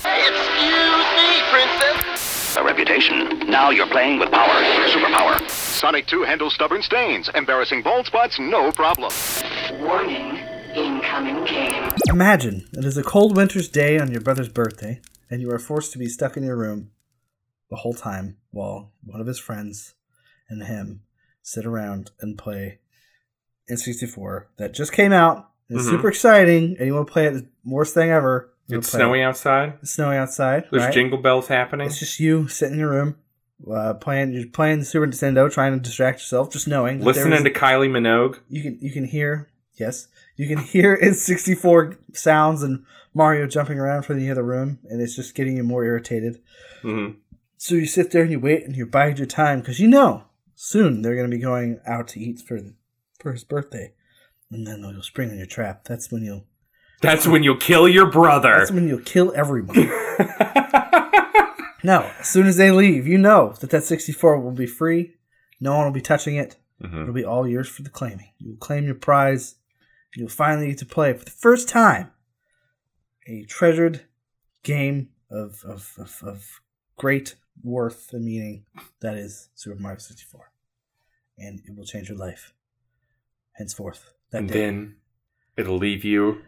Excuse me, princess. A reputation. Now you're playing with power. Superpower. Sonic 2 handles stubborn stains, embarrassing bald spots, no problem. Warning, incoming game. Imagine it is a cold winter's day on your brother's birthday, and you are forced to be stuck in your room the whole time while one of his friends and him sit around and play N64 that just came out. It's Mhm. super exciting, and you want to play it. The worst thing ever. You wanna It's play snowy It. outside. It's snowy outside. There's right? jingle bells happening. It's just you sitting in your room, uh, playing. You're playing the Super Nintendo, trying to distract yourself, just knowing. that there Listening is- to Kylie Minogue. you can you can hear yes you can hear N64 sounds and Mario jumping around from the other room, and it's just getting you more irritated. hmm So you sit there and you wait and you bide your time because you know soon they're going to be going out to eat for for his birthday, and then you'll spring on your trap. That's when you'll That's when you'll kill your brother. that's when you'll kill everyone. no, as soon as they leave, you know that that 64 will be free. No one will be touching it. Mhm. It'll be all yours for the claiming. You'll claim your prize. and You'll finally get to play for the first time a treasured game of, of, of, of great worth and meaning that is Super Mario 64. And it will change your life henceforth. That And day. then it'll leave you,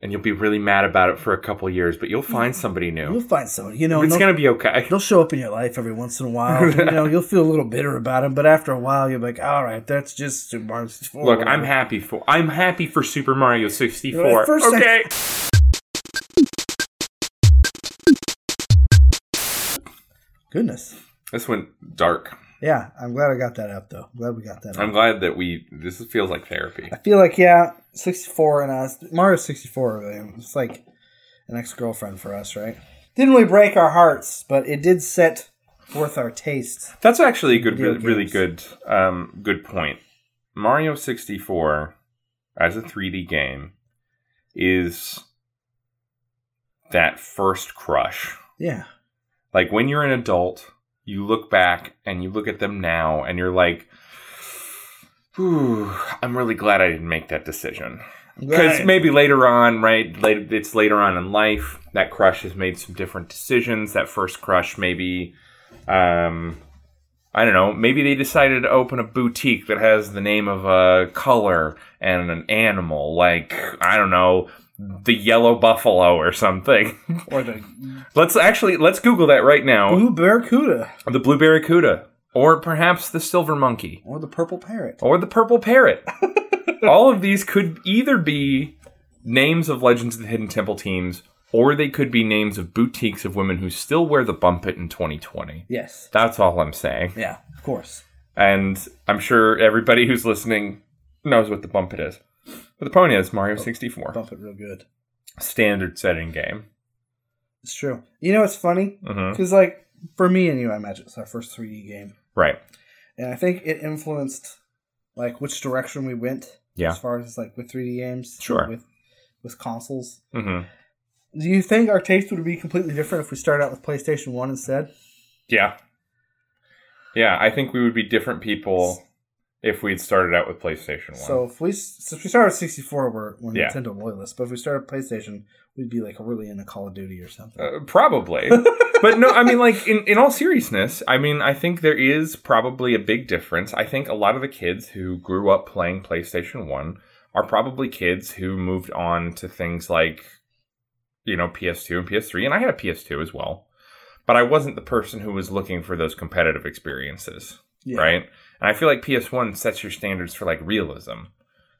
and you'll be really mad about it for a couple years, but you'll find somebody You'll new. find someone. You know, It's no- gonna be okay. they'll show up in your life every once in a while. you know, you'll feel a little bitter about them, but after a while, you'll be like, all right, that's just Super Mario 64. Look, I'm happy. happy for I'm happy for Super Mario 64. You know, at first I- okay. Goodness. This went dark. Yeah, I'm glad I got that out though. glad we got that out. I'm glad that we this feels like therapy. I feel like yeah, 64 and us Mario 64 really. It's like an ex-girlfriend for us, right? Didn't really break our hearts, but it did set forth our tastes. That's actually a good, Video really, really good, games. um, good point. Mario sixty four as a three D game is that first crush. Yeah. Like when you're an adult, you look back and you look at them now, and you're like, "Ooh, I'm really glad I didn't make that decision." I'm glad Because I- maybe later on, right? Late, it's later on in life that crush has made some different decisions. That first crush, maybe, um, I don't know. Maybe they decided to open a boutique that has the name of a color and an animal, like I don't know, the yellow buffalo or something. or the let's actually let's Google that right now. blue barracuda The blue barracuda, or perhaps the silver monkey or the purple parrot. or the purple parrot. All of these could either be names of Legends of the Hidden Temple teams, or they could be names of boutiques of women who still wear the bumpet in 2020. Yes. That's all I'm saying. Yeah, of course. And I'm sure everybody who's listening knows what the bumpet is. But the point is Mario 64. Bump it real good. Standard setting game. It's true. You know what's funny? hmm Cuz like for me and you, I imagine it's our first 3D game. Right. and I think it influenced like which direction we went. Yeah. As far as like with 3D games, Sure. With with consoles, hmm do you think our taste would be completely different if we started out with PlayStation One instead? Yeah. Yeah, I think we would be different people if we'd started out with PlayStation 1. So if we so if we started with 64, we're, we're Yeah. Nintendo loyalists. But if we started PlayStation, we'd be like really into Call of Duty or something. Uh, probably. but no, I mean, like, in, in all seriousness, I mean, I think there is probably a big difference. I think a lot of the kids who grew up playing PlayStation 1 are probably kids who moved on to things like, you know, PS2 and PS3. And I had a PS2 as well. But I wasn't the person who was looking for those competitive experiences, Yeah. right? And I feel like PS1 sets your standards for, like, realism.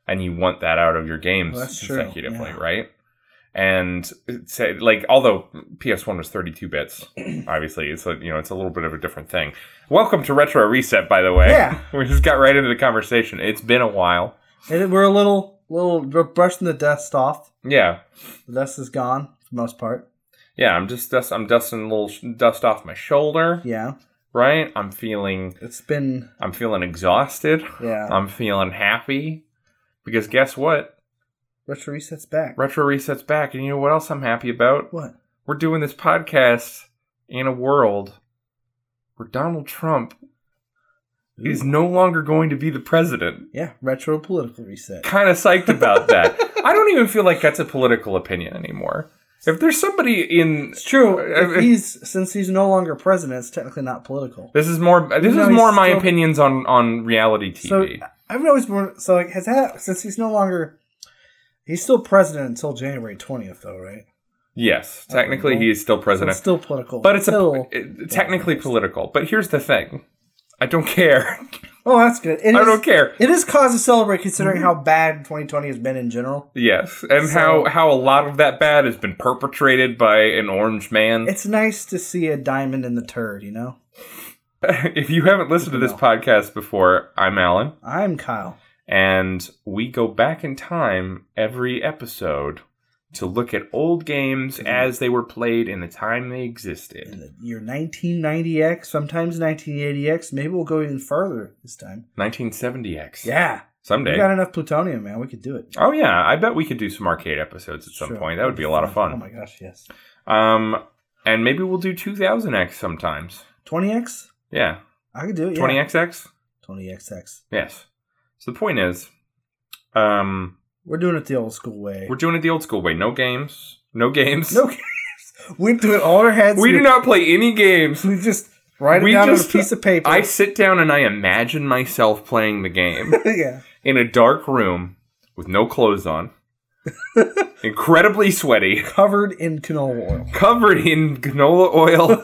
And you want that out of your games Well, that's true, consecutively, yeah. right? and it said like although PS1 was 32 bits, obviously it's a, you know it's a little bit of a different thing. Welcome to Retro Reset, by the way. Yeah. we just got right into the conversation. It's been a while. And then we're a little little we're brushing the dust off. Yeah, The dust is gone for the most part. yeah. I'm just dust. I'm dusting a little sh- dust off my shoulder. Yeah, Right. I'm feeling. it's been I'm feeling exhausted. yeah. I'm feeling happy because guess what? Retro resets back. Retro Reset's back, and you know what else I'm happy about? what? We're doing this podcast in a world where Donald Trump is no longer going to be the president. Yeah, retro political reset. Kind of psyched about that. I don't even feel like that's a political opinion anymore. If there's somebody in It's true. Uh, I- If he's since he's no longer president, it's technically not political. this is more this No, is more he's my still- opinions on on reality TV. So I've always been so like has that since he's no longer he's still president until January twentieth though, right? yes, technically he is still So president. it's still political. But it's a, still, it- technically political. But here's the thing. I don't care. oh that's good. It I is- don't care. Mm-hmm. It is cause to celebrate considering how bad twenty twenty has been in general. Yes, So- and um, how how a lot of that bad has been perpetrated by an orange man. It's nice to see a diamond in the turd, you know? if you haven't listened to this podcast before, I'm Alan, I'm Kyle. and we go back in time every episode to look at old games Mm-hmm. as they were played in the time they In existed. the year 1990X, sometimes 1980X, maybe we'll go even further this time. 1970x. Yeah. We Someday. got enough plutonium, man. We could do it. oh yeah, I bet we could do some arcade episodes at some Sure. point. That would be a lot of fun. Oh my gosh, yes. Um, and maybe we'll do 2000x sometimes. 20X? Yeah, I could do it. 20X. 20xx. 20XX. Yes. So the point is, um, We're doing it the old school way. we're doing it the old school way. No games. No games. no games. We're doing all our heads. We do not play any games. We just write it We down on just- a piece of paper. I sit down and I imagine myself playing the game yeah. in a dark room with no clothes on, incredibly sweaty, Covered in canola oil. covered in canola oil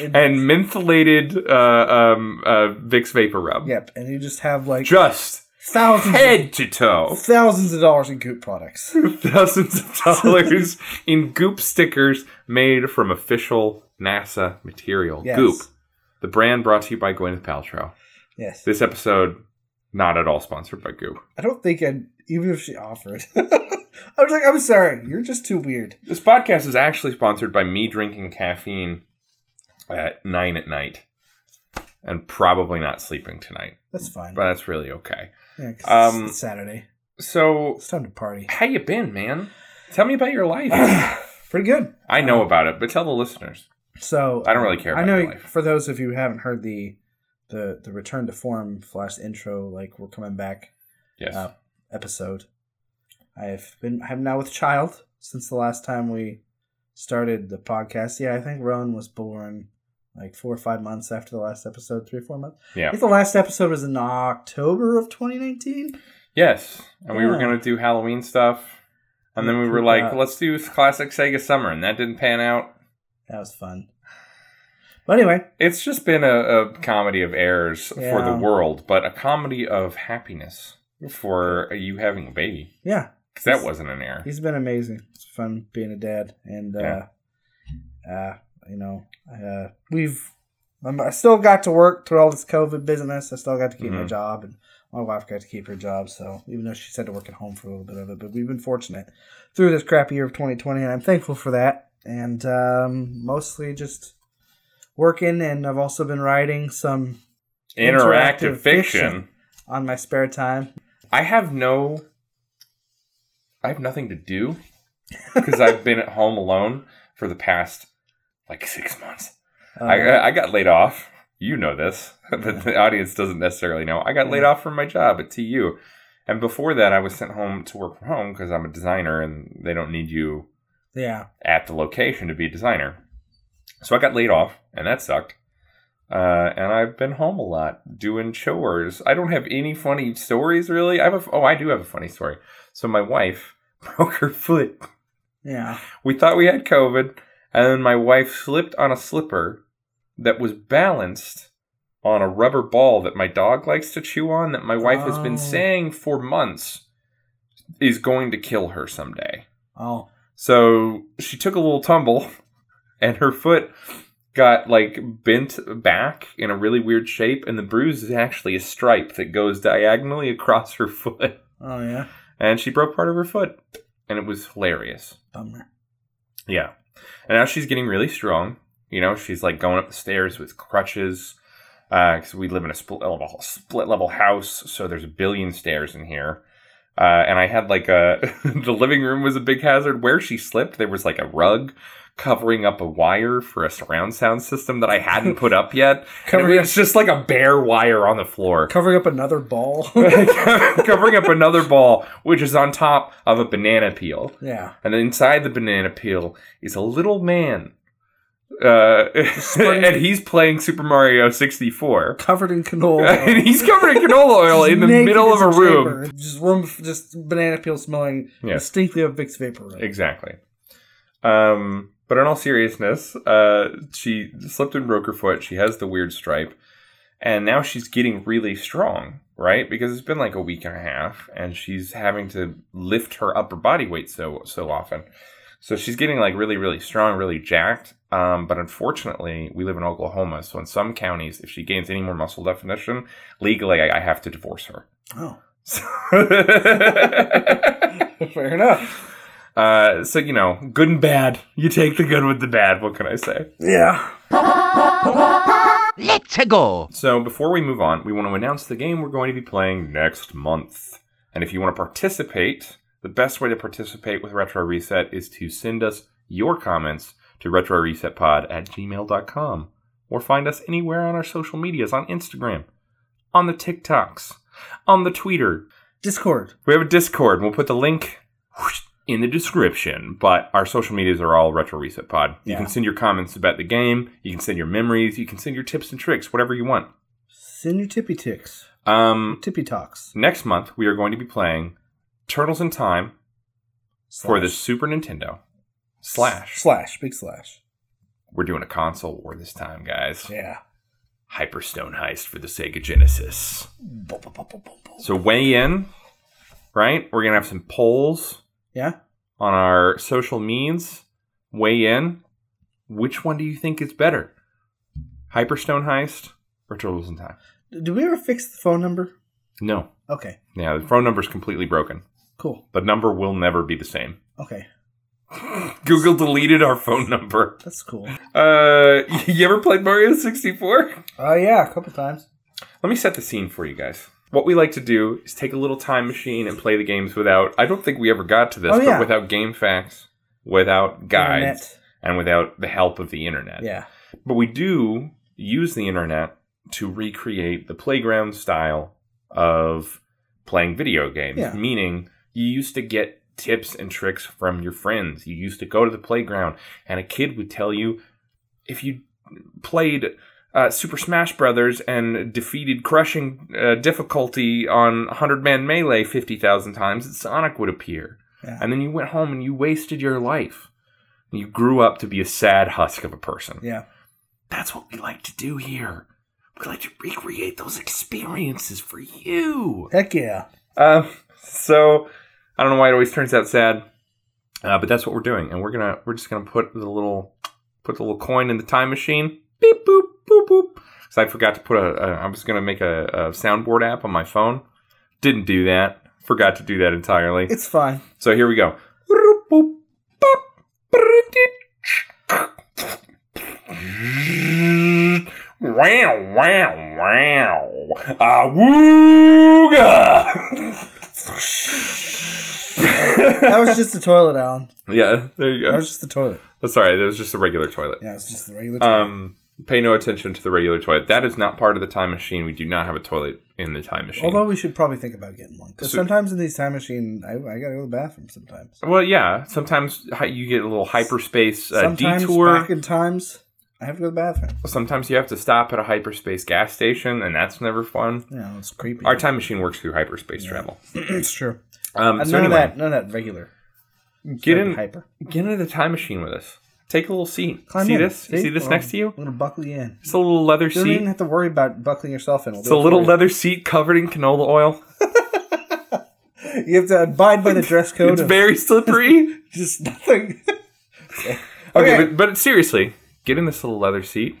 And- and mentholated uh, um, uh, Vicks Vapor Rub. Yep. And you just have like Just thousands, head to toe. thousands of dollars in goop products. thousands of dollars in goop stickers made from official NASA material. Yes. Goop, the brand brought to you by Gwyneth Paltrow. Yes. This episode, not at all sponsored by Goop. I don't think I'd even if she offered. I was like, I'm sorry, you're just too weird. This podcast is actually sponsored by me drinking caffeine at nine at night and probably not sleeping tonight, That's fine. but that's really okay. Yeah, 'cause it's- um, it's Saturday. So, It's time to party. how you been, man? Tell me about your life. Pretty good. I know about it, but tell the listeners. So I don't really care. About I know your life. for those of you who haven't heard the the the return to form flash intro, like we're coming back Yes. uh, episode. I have been I'm now with child since the last time we started the podcast. Yeah, I think Rowan was born like four or five months after the last episode, three or four months. I yeah. think the last episode was in October of 2019. Yes, and we were Yeah. gonna do Halloween stuff, and then we were Yeah. like, let's do classic Sega Summer, and that didn't pan out. That was fun. But anyway, It's just been a, a comedy of errors for the Yeah. world, but a comedy of happiness for you having a baby. yeah, 'Cause that wasn't an error. he's been amazing. It's fun being a dad, and uh, Yeah. uh, you know, uh, we've. I'm, I still got to work through all this COVID business. I still got to keep my Mhm. job, and my wife got to keep her job. So even though she said to work at home for a little bit of it, but we've been fortunate through this crappy year of 2020, and I'm thankful for that. And um, mostly just working, and I've also been writing some Interactive, interactive fiction. fiction. on my spare time. I have no. I have nothing to do because I've been at home alone for the past like six months. Uh, I, I- I got laid off. You know this, but the audience doesn't necessarily know. I got laid Yeah. off from my job at TU. And before that, I was sent home to work from home because I'm a designer and they don't need you yeah, at the location to be a designer. So I got laid off and that sucked. Uh, and I've been home a lot doing chores. I don't have any funny stories really. I have a f oh, I do have a funny story. So my wife broke her foot yeah. we thought we had COVID, and then my wife slipped on a slipper that was balanced on a rubber ball that my dog likes to chew on that my wife has Oh. been saying for months is going to kill her someday. Oh, So she took a little tumble and her foot got like bent back in a really weird shape and the bruise is actually a stripe that goes diagonally across her foot oh yeah. and she broke part of her foot and it was hilarious. Bummer. Yeah. And now she's getting really strong. You know, she's like going up the stairs with crutches. uh, Because we live in a split level, split level house, so there's a billion stairs in here. Uh, and I had like a the living room was a big hazard where she slipped. There was like a rug covering up a wire for a surround sound system that I hadn't put up yet. and it Covering was just like a bare wire on the floor. Covering up another ball. covering up another ball, which is on top of a banana peel. yeah. And inside the banana peel is a little man. Uh, and he's playing Super Mario 64. Covered in canola. and he's covered in canola oil Just in the naked middle as of a room. chamber. Just room, just banana peel smelling Yeah. distinctly of Vicks vapor. Rub. Exactly. Um, but in all seriousness, uh, she slipped and broke her foot. She has the weird stripe. And now she's getting really strong, right? Because it's been like a week and a half, and she's having to lift her upper body weight so so often. So she's getting like really, really strong, really jacked. Um, but unfortunately, we live in Oklahoma, so in some counties, if she gains any more muscle definition, legally, I, I have to divorce her. Oh, So- fair enough. uh, so you know, good and bad. You take the good with the bad. What can I say? Yeah. So before we move on, we want to announce the game we're going to be playing next month. And if you want to participate, the best way to participate with Retro Reset is to send us your comments to retroresetpod at gmail.com or find us anywhere on our social medias on Instagram, on the TikToks, on the Twitter. Discord. We have a Discord. We'll put the link whoosh, in the description. But our social medias are all Retro Reset Pod. You Yeah. can send your comments about the game. You can send your memories. You can send your tips and tricks, whatever you want. Send your tippy ticks. Um, Tippy talks. next month we are going to be playing Turtles in Time for the Slash. Super Nintendo. Slash. Slash. Big slash. We're doing a console war this time, guys. Yeah. Hyperstone Heist for the Sega Genesis. So weigh in, right? We're gonna have some polls. Yeah. on our social means weigh in which one do you think is better hyperstone heist or turtles in time Did we ever fix the phone number? no Okay. yeah the phone number's completely broken Cool. the number will never be the same Okay. google deleted our phone number That's cool. uh you ever played mario 64 Oh yeah, a couple times. Let me set the scene for you guys. What we like to do is take a little time machine and play the games without. I don't think we ever got to this, Oh, yeah. but without game facts, without guides, Internet. and without the help of the internet. Yeah. But we do use the internet to recreate the playground style of playing video games, Yeah. meaning you used to get tips and tricks from your friends. You used to go to the playground, and a kid would tell you if you played. Uh, Super Smash Brothers and defeated crushing uh, difficulty on 100 Man Melee 50,000 times, Sonic would appear. Yeah. And then you went home and you wasted your life. You grew up to be a sad husk of a person. Yeah. That's what we like to do here. We like to recreate those experiences for you. Heck yeah. Um, so I don't know why it always turns out sad, uh, but that's what we're doing, and we're gonna we're just gonna put the little put the little coin in the time machine. Beep boop boop boop. Because I forgot to put a, a I was gonna make a, a soundboard app on my phone. Didn't do that. Forgot to do that entirely. It's fine. So here we go. Wow, wow, wow. That Awooga! was just the toilet, Alan. yeah, there you That go. was just the toilet. That's all right. That was just a regular toilet. Yeah, it's just the regular toilet. Um, pay no attention to the regular toilet. That is not part of the time machine. We do not have a toilet in the time machine. Although we should probably think about getting one because So- sometimes in these time machine, I, I gotta go to the bathroom sometimes. well, yeah. Sometimes hi- you get a little hyperspace uh, sometimes detour. back in times, I have to go to the bathroom. Sometimes you have to stop at a hyperspace gas station, and that's never fun. Yeah, it's creepy. Our time machine works through hyperspace Yeah. travel. it's true. Um, And so none anyway, of that. None of that regular. get in, hyper. get into the time machine with us. Take a little seat. Climb see in. this? See, this Well, next to you? I'm gonna buckle you in. It's a little leather You don't even seat. have to worry about buckling yourself in. It's a little leather seat covered in canola oil. You have to abide by the dress code. It's of very slippery. just nothing. Okay, Okay. But, but seriously, get in this little leather seat.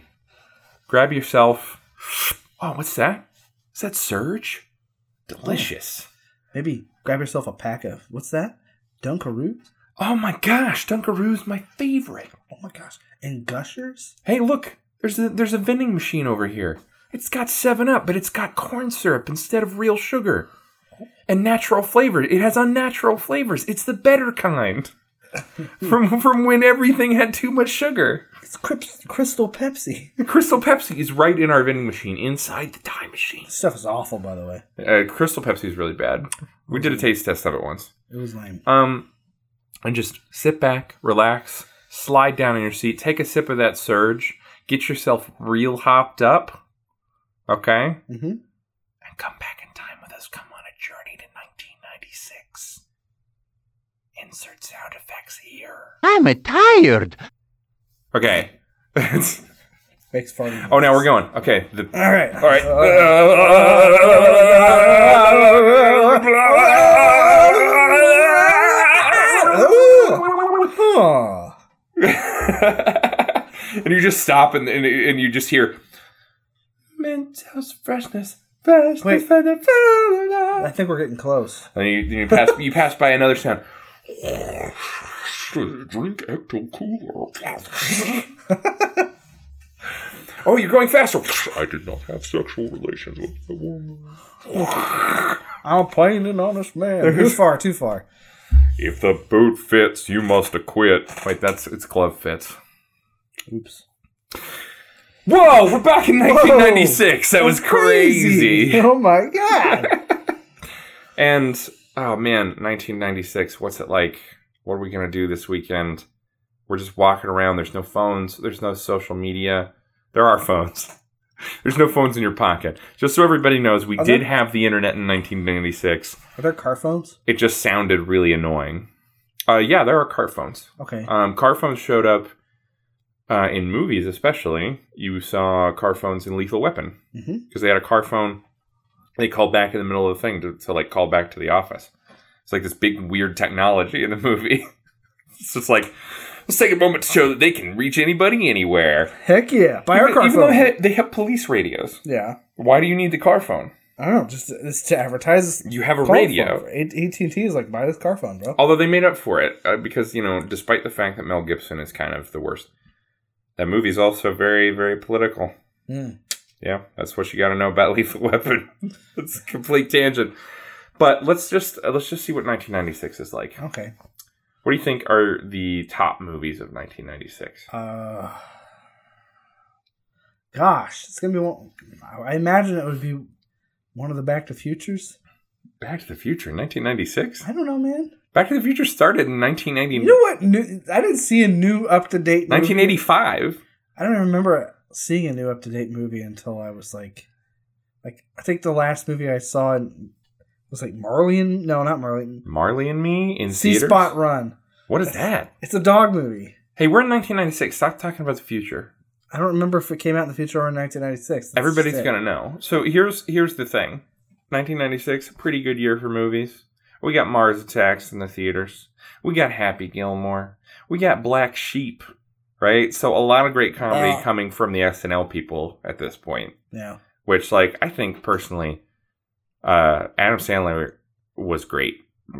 Grab yourself. Oh, what's that? Is that Surge? Delicious. Maybe grab yourself a pack of what's that? Dunkaroos. Oh my gosh, Dunkaroo's my favorite. Oh my gosh! And gushers. Hey, look, there's a, there's a vending machine over here. It's got 7 Up, but it's got corn syrup instead of real sugar. and natural flavor. It has unnatural flavors. It's the better kind. from from when everything had too much sugar. It's Crips- Crystal Pepsi. Crystal Pepsi is right in our vending machine inside the time machine. This stuff is awful, by the way. Uh, Crystal Pepsi is really bad. We did a taste test of it once. It was lame. Um, and just sit back, relax, slide down in your seat, take a sip of that surge, get yourself real hopped up, okay, Mm-hmm. and come back in time with us. Come on a journey to 1996. Insert sound effects here. I'm a tired. Okay. oh, Makes fun. now we're going. Okay. The, All right. all right. Oh. and you just stop and, and and you just hear Mentos freshness, freshness, Wait. freshness, I think we're getting close. and you you pass you pass by another sound. Drink Ecto Cooler. oh, you're going faster. I did not have sexual relations with the woman. I'm playing an honest man. Too far, too far. If the boot fits, you must acquit. Wait, that's it's glove fits. Oops. Whoa, we're back in 1996. That was crazy. Oh my god. And oh man, 1996. What's it like? What are we gonna do this weekend? We're just walking around. There's no phones. There's no social media. There are phones. There's no phones in your pocket. Just so everybody knows, we Are did there- have the internet in 1996. Are there car phones? It just sounded really annoying. Uh, yeah, there are car phones. Okay. Um, car phones showed up uh, in movies, especially. You saw car phones in Lethal Weapon because Mhm. they had a car phone. They called back in the middle of the thing to, to like call back to the office. It's like this big weird technology in the movie. it's just like let's take a moment to show that they can reach anybody anywhere. Heck yeah. Buy our even car even phone. though they had- they have police radios, yeah. why do you need the car phone? I don't know. Just it's to advertise. this You have a car radio. phone. AT and T is like buy this car phone, bro. Although they made up for it uh, because you know, despite the fact that Mel Gibson is kind of the worst, that movie's also very, very political. Mm. Yeah, that's what you got to know about Lethal Weapon. it's a complete tangent. But let's just uh, let's just see what 1996 is like. Okay. What do you think are the top movies of 1996? Uh, gosh, it's gonna be one. I imagine it would be one of the Back to Futures. Back to the Future, 1996. I don't know, man. Back to the Future started in You 1990, know what? New, I didn't see a new up to date. 1985. I don't even remember seeing a new up to date movie until I was like, like I think the last movie I saw in, was like Marlin. No, not Marlin. Marley and Me in See theaters. Spot Run. What is that? It's a dog movie. Hey, we're in 1996. Stop talking about the future. I don't remember if it came out in the future or in 1996. That's Everybody's just it. gonna know. So here's here's the thing. 1996, pretty good year for movies. We got Mars Attacks in the theaters. We got Happy Gilmore. We got Black Sheep. Right. So a lot of great comedy Yeah. coming from the SNL people at this point, Yeah. which like I think personally, uh, Adam Sandler was great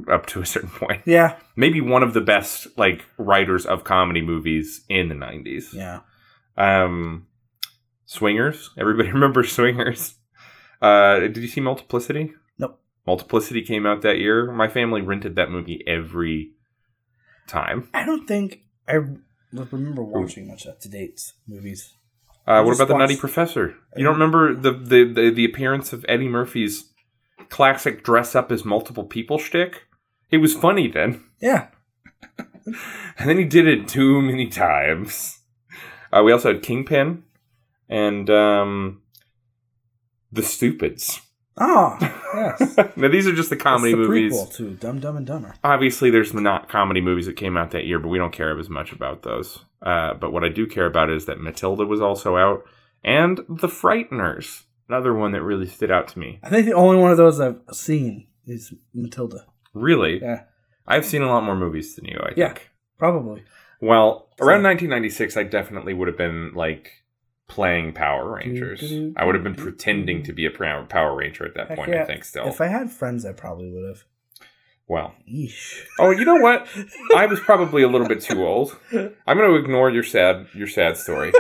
up to a certain point. Yeah. Maybe one of the best like writers of comedy movies in the 90s. Yeah. Um, Swingers. Everybody remembers Swingers. Uh, did you see Multiplicity? Nope. Multiplicity came out that year. My family rented that movie every time. I don't think I remember watching much up to date movies. I Uh, what just about the Nutty watched- Professor? You don't remember the the, the the appearance of Eddie Murphy's classic dress up as multiple people shtick? It was funny then. Yeah. And then he did it too many times. Uh, we also had Kingpin and um, The Stupids. Oh, yes. now these are just the comedy It's the movies. prequel to Dumb Dumb and Dumber. Obviously, there's not comedy movies that came out that year, but we don't care as much about those. Uh, but what I do care about is that Matilda was also out, and The Frighteners, another one that really stood out to me. I think the only one of those I've seen is Matilda. Really, Yeah. I've seen a lot more movies than you. I think. Yeah. Probably. Well, So- around 1996, I definitely would have been like playing Power Rangers. Do-do-do-do-do. I would have been pretending to be a Power Power Ranger at that Heck point. yeah. I think still. If I had friends, I probably would have. Well, Yeesh. oh, you know what? I was probably a little bit too old. I'm going to ignore your sad your sad story.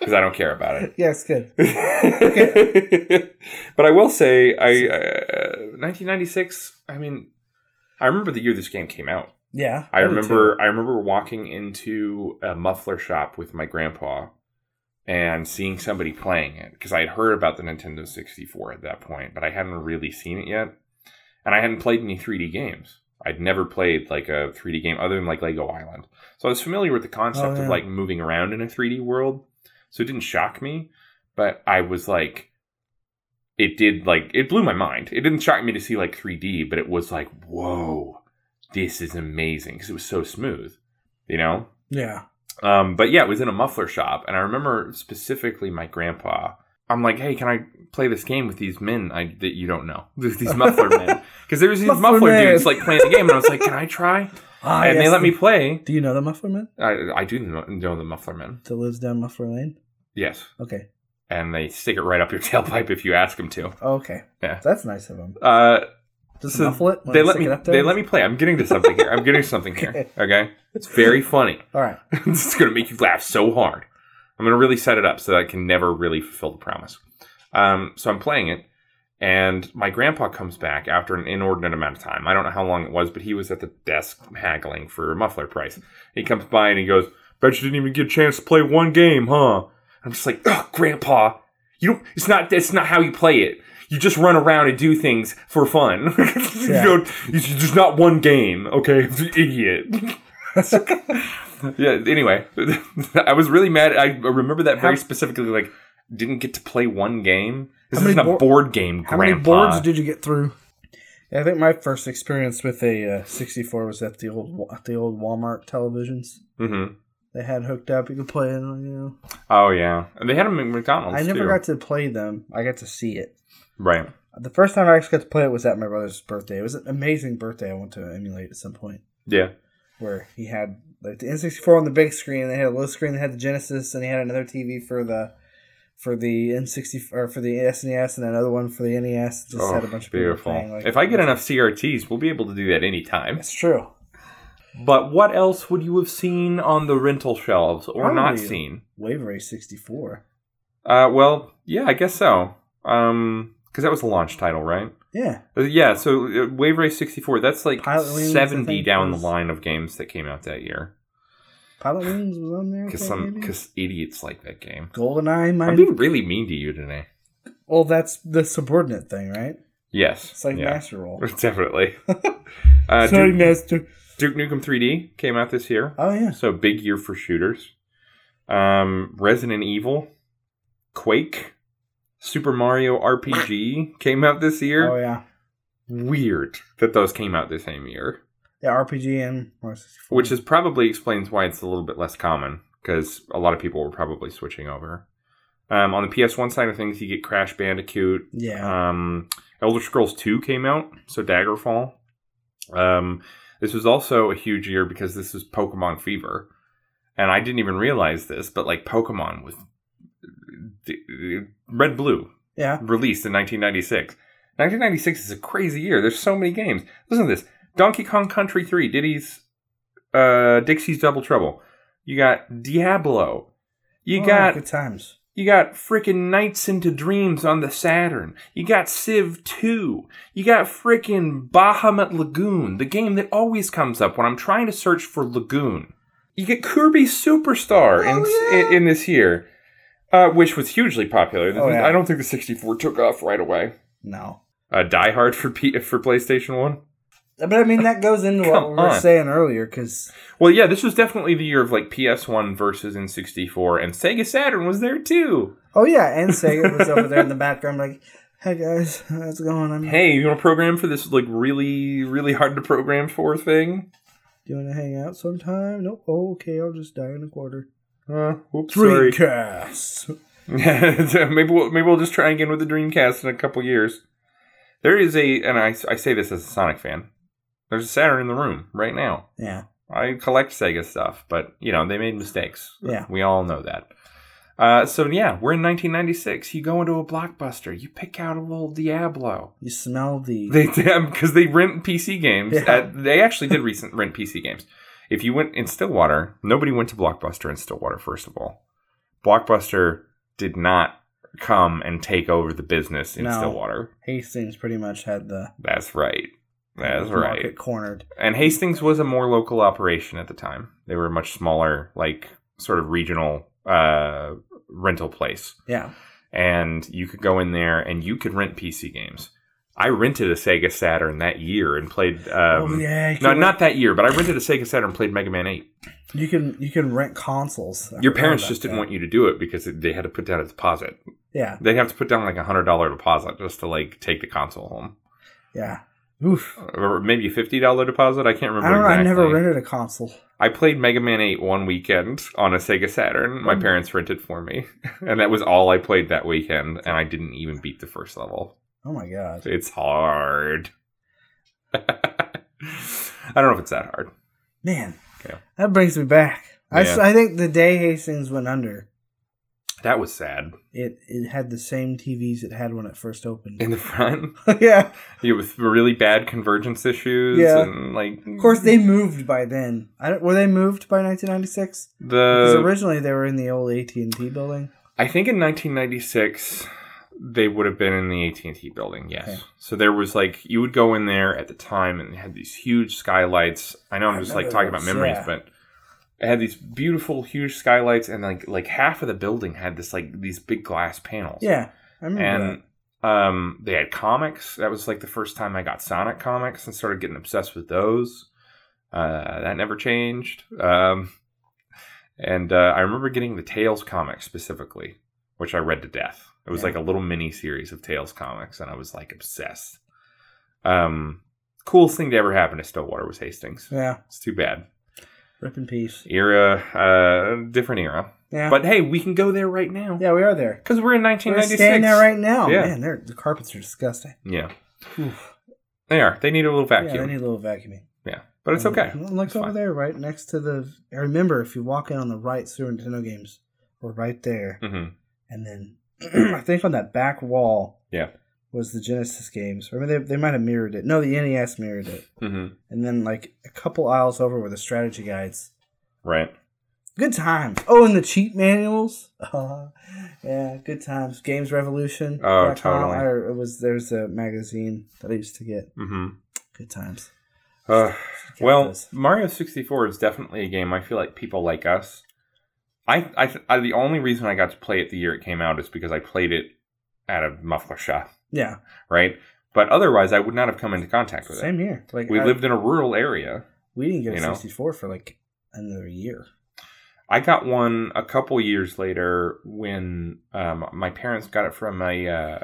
because I don't care about it. Yes, good. but I will say, I uh, 1996. I mean, I remember the year this game came out. Yeah. I do remember. too. I remember walking into a muffler shop with my grandpa and seeing somebody playing it because I had heard about the Nintendo 64 at that point, but I hadn't really seen it yet, and I hadn't played any 3D games. I'd never played like a 3D game other than like Lego Island, so I was familiar with the concept yeah. of like moving around in a 3D world. So it didn't shock me, but I was like, it did like it blew my mind. It didn't shock me to see like 3D, but it was like, whoa, this is amazing because it was so smooth, you know. Yeah. Um, but yeah, it was in a muffler shop, and I remember specifically my grandpa. I'm like, hey, can I play this game with these men I, that you don't know? These muffler men, because there was these Muffler muffler, men. dudes like playing the game, and I was like, can I try? Ah, and they yes, let me the- play. Do you know the Muffler Man I, I do know know the muffler men. that lives down Muffler Lane? Yes, Okay. and they stick it right up your tailpipe if you ask them to. Okay. Yeah. That's nice of them. Uh, Just So muffle it. when they let stick me. it up there? They let me play. I'm getting to something here. I'm getting to something here. Okay, it's very funny. All right. this is going to make you laugh so hard. I'm going to really set it up so that I can never really fulfill the promise. Um, so I'm playing it, and my grandpa comes back after an inordinate amount of time. I don't know how long it was, but he was at the desk haggling for a muffler price. He comes by and he goes, "Bet you didn't even get a chance to play one game, huh?" I'm just like, "Oh, grandpa, you don't. It's not. That's not how you play it." You just run around and do things for fun. you Yeah. don't, it's just not one game, okay? Idiot. yeah. Anyway, I was really mad. I remember that very How- specifically. Like, didn't get to play one game. This How many isn't a board- board game, How many Grandpa. boards did you get through? Yeah, I think my first experience with a uh, 64 was at the old Wa- at the old Walmart televisions Mhm. they had hooked up. You could play it. on, You know, Oh yeah, and they had them at McDonald's. I never too. got to play them. I got to see it. right. The first time I actually got to play it was at my brother's birthday. It was an amazing birthday. I want to emulate at some point Yeah, where he had like the N64 on the big screen. They had a little screen. They had the Genesis, and he had another TV for the for the N64 or for the SNES, and another one for the NES. Just oh, had a bunch of people beautiful. playing, like- if I get enough CRTs, we'll be able to do that anytime. it's true. But what else would you have seen on the rental shelves or not Probably- seen? Wave Race 64. Uh, well, yeah, I guess so. Um, because that was the launch title, right? Yeah. Uh, Yeah, so uh, Wave Race 64, that's like Pilot Wings, I 70 think, down was- the line of games that came out that year. Pilot Wings was on there. Because okay, some maybe? cause idiots like that game. GoldenEye I'm might being really mean to you today. Well, that's the subordinate thing, right? Yes. It's like yeah, Master Roll. Definitely. uh, Sorry, Duke, Master. Duke Nukem 3D came out this year. Oh, yeah. So big year for shooters. Um, Resident Evil, Quake, Super Mario RPG came out this year. Oh, yeah. Weird that those came out the same year. Yeah, RPG and Mario 64. which is probably explains why it's a little bit less common because a lot of people were probably switching over. Um, on the PS1 side of things, you get Crash Bandicoot. Yeah. Um, Elder Scrolls 2 came out, so Daggerfall. Um, this was also a huge year because this was Pokemon Fever, and I didn't even realize this, but like Pokemon was Red Blue yeah. released in 1996. 1996 is a crazy year. There's so many games. Listen to this: Donkey Kong Country 3, Diddy's, uh, Dixie's Double Trouble. You got Diablo. You Oh, got Good times. you got frickin' Nights into Dreams on the Saturn. You got Civ 2. You got frickin' Bahamut Lagoon, the game that always comes up when I'm trying to search for Lagoon. You get Kirby Superstar in, in, in this year, uh, which was hugely popular. Oh, yeah. I don't think the 64 took off right away. No. Uh, Die Hard for, P- for PlayStation 1. But I mean, that goes into what Come we were on. saying earlier because Well, yeah, this was definitely the year of like PS1 versus N64, and Sega Saturn was there too. oh yeah, and Sega was over there in the background like, "Hey guys, how's it going? I'm hey, you want to program for this like really, really hard to program for thing? do you want to hang out sometime? Nope. Oh, okay, I'll just die in a quarter. Uh, whoops, sorry. Dreamcast. maybe we'll maybe we'll just try again with the Dreamcast in a couple years. There is a, and I, I say this as a Sonic fan. There's a Saturn in the room right now. Yeah. I collect Sega stuff, but you know they made mistakes. Yeah. we all know that. Uh, so yeah, we're in 1996. You go into a blockbuster, you pick out a little Diablo. You smell the They because they rent PC games. Yeah. At, they actually did recent rent PC games. If you went in Stillwater, nobody went to Blockbuster in Stillwater. First of all, Blockbuster did not come and take over the business in No. Stillwater. Hastings pretty much had the That's right. That's market right. cornered. And Hastings was a more local operation at the time. They were a much smaller, like sort of regional uh, rental place. Yeah. and you could go in there and you could rent PC games. I rented a Sega Saturn that year and played. Um, oh yeah. You can, No, rent, not that year, but I rented a Sega Saturn and played Mega Man 8. you can you can rent consoles. Your parents just didn't want you to do it because they had to put down a deposit. Yeah. They'd have to put down like a $100 deposit just to like take the console home. Yeah. Oof. Or maybe a $50 deposit. I can't remember. I don't know. I never exactly. rented a console. I played Mega Man 8 one weekend on a Sega Saturn. Mm. My parents rented for me. And that was all I played that weekend. And I didn't even beat the first level. Oh my god. It's hard. I don't know if it's that hard. Man. Yeah. That brings me back. I, s- Yeah. I think the day Hastings went under, That was sad. it it had the same TVs it had when it first opened. In the front, yeah. you with really bad convergence issues. Yeah. And like, Of course, they moved by then. I don't, were they moved by 1996? Because the originally they were in the old AT and T building. I think in 1996 they would have been in the AT&T building. Yes. Okay. So there was like you would go in there at the time and they had these huge skylights. I know I'm I just like remember talking about those, memories, yeah. but it had these beautiful huge skylights and like like half of the building had this like these big glass panels. Hmm, Yeah, I remember. and um, they had comics. That was like the first time I got Sonic comics and started getting obsessed with those. Uh, that never changed. Um, and uh, I remember getting the Tails comic specifically, which I read to death. It was Yeah. like a little mini series of Tails comics, and I was like obsessed. Um, coolest thing to ever happen to Stillwater was Hastings. that. yeah, It's too bad. rip in peace. Era, uh, different era. Yeah, But hey, we can go there right now yeah, we are there. because we're in We're 1996. standing there right now. Yeah. Man, they're, the carpets are disgusting. Yeah. Oof. They are. They need a little Yeah, they vacuum. need a little vacuuming. Yeah, but it's Um, okay. Look It's over fine. there, right next to the. I remember if you walk in on the right Super Nintendo games, we're right there, Mhm. and then I think on that back wall. Yeah. Was the Genesis games? I mean, they, they might have mirrored it. No, the NES mirrored it. Mhm. and then like a couple aisles over were the strategy guides. Right. Good times. Oh, and the cheat manuals. Uh, yeah, good times. Games Revolution. Oh, totally. Or it was there's a magazine that I used to get. hmm Good times. Uh, Got well, those. Mario sixty four is definitely a game. I feel like people like us. I, I, th- I the only reason I got to play it the year it came out is because I played it at a muffler shop, yeah, right? But otherwise, I would not have come into contact with same it. here. Like We I- lived in a rural area. We didn't get you a know. 64 for like another year. I got one a couple years later when um, my parents got it from a uh,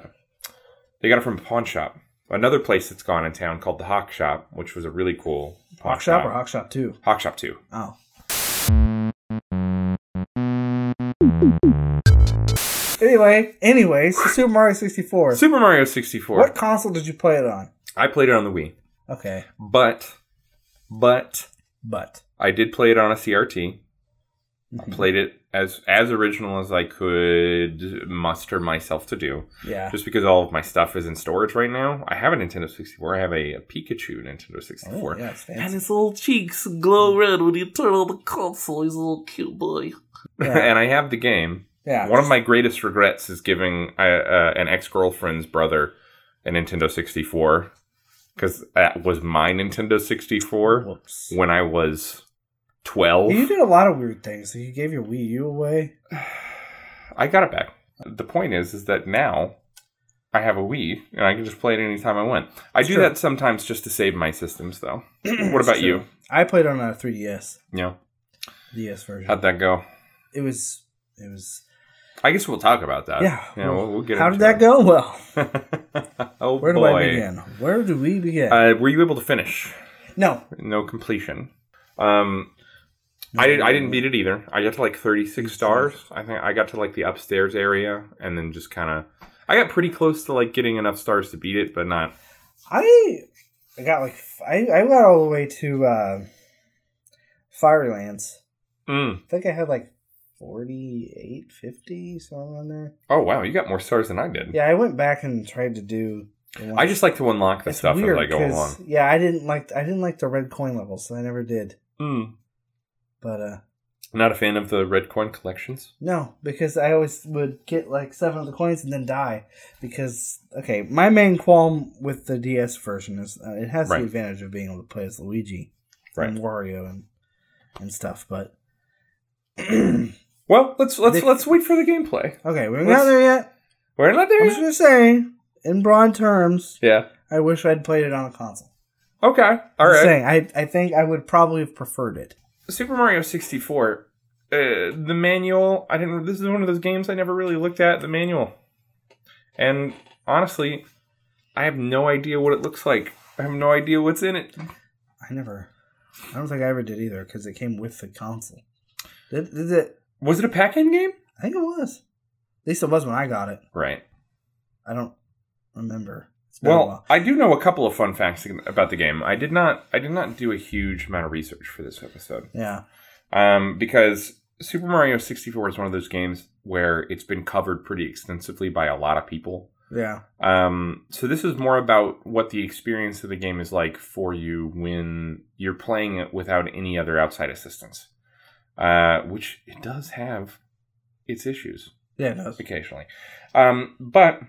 they got it from a pawn shop. Another place that's gone in town called the Hawk Shop, which was a really cool pawn Hawk Shop or Hawk Shop Two. Hawk Shop Two. Oh, anyway, anyways, so Super Mario 64. Super Mario sixty four. what console did you play it on? I played it on the Wii, Okay, but but but I did play it on a CRT. Mm-hmm. I played it as as original as I could muster myself to do. yeah. Just because all of my stuff is in storage right now, I have a Nintendo 64. I have a, a Pikachu Nintendo 64. Oh, yeah, it's fancy. his little cheeks glow red when you turn on the console. He's a little cute boy. Yeah. and I have the game. yeah. One of my greatest regrets is giving uh, uh, an ex girlfriend's brother a Nintendo 64 because that was my Nintendo 64 Whoops. when I was 12. You did a lot of weird things. You gave your Wii U away. I got it back. The point is, is that now I have a Wii and I can just play it anytime I want. I do Sure. that sometimes just to save my systems, though. what about you? I played on a 3DS, Yeah, DS version. how'd that go? it was, it was. I guess we'll talk about that. Yeah. Uh, yeah, we'll, we'll get. How did into that it. go? Well, oh where do boy. I begin? Where do we begin? Uh, were you able to finish? no, No completion. Um, I did. I didn't beat it either. I got to like thirty six stars. I think I got to like the upstairs area, and then just kind of. I got pretty close to like getting enough stars to beat it, but not. I, I got like f- I, I got all the way to uh, Firelands. Mm. I think I had like 48, 50, something on there. Oh wow, you got more stars than I did. Yeah, I went back and tried to do. the one- I just like to unlock the It's stuff as weird I go 'cause, along. Mm. Yeah, I didn't like I didn't like the red coin levels, so I never did. Mm. But uh Not a fan of the red coin collections. No, because I always would get like seven of the coins and then die. Because okay, my main qualm with the DS version is uh, it has Right. the advantage of being able to play as Luigi Right. and Wario and and stuff. But Well, let's let's They- let's wait for the gameplay. okay, we're Let's- not there yet. We're not there. I'm just yet. gonna say, in broad terms, Yeah. I wish I'd played it on a console. Okay. All I'm just right. saying, I I think I would probably have preferred it. Super Mario 64. Uh, the manual. I didn't. This is one of those games I never really looked at. The manual. And honestly, I have no idea what it looks like. I have no idea what's in it. I never. I don't think I ever did either because it came with the console. Did, did it? Was it a pack-in game? I think it was. At least it was when I got it. Right. I don't remember. It's been a Well, while. I do know a couple of fun facts about the game. I did not. I did not do a huge amount of research for this episode. yeah, um, because Super Mario 64 is one of those games where it's been covered pretty extensively by a lot of people. yeah, Um, so this is more about what the experience of the game is like for you when you're playing it without any other outside assistance, uh, which it does have its issues yeah. No, it's- occasionally. Um, but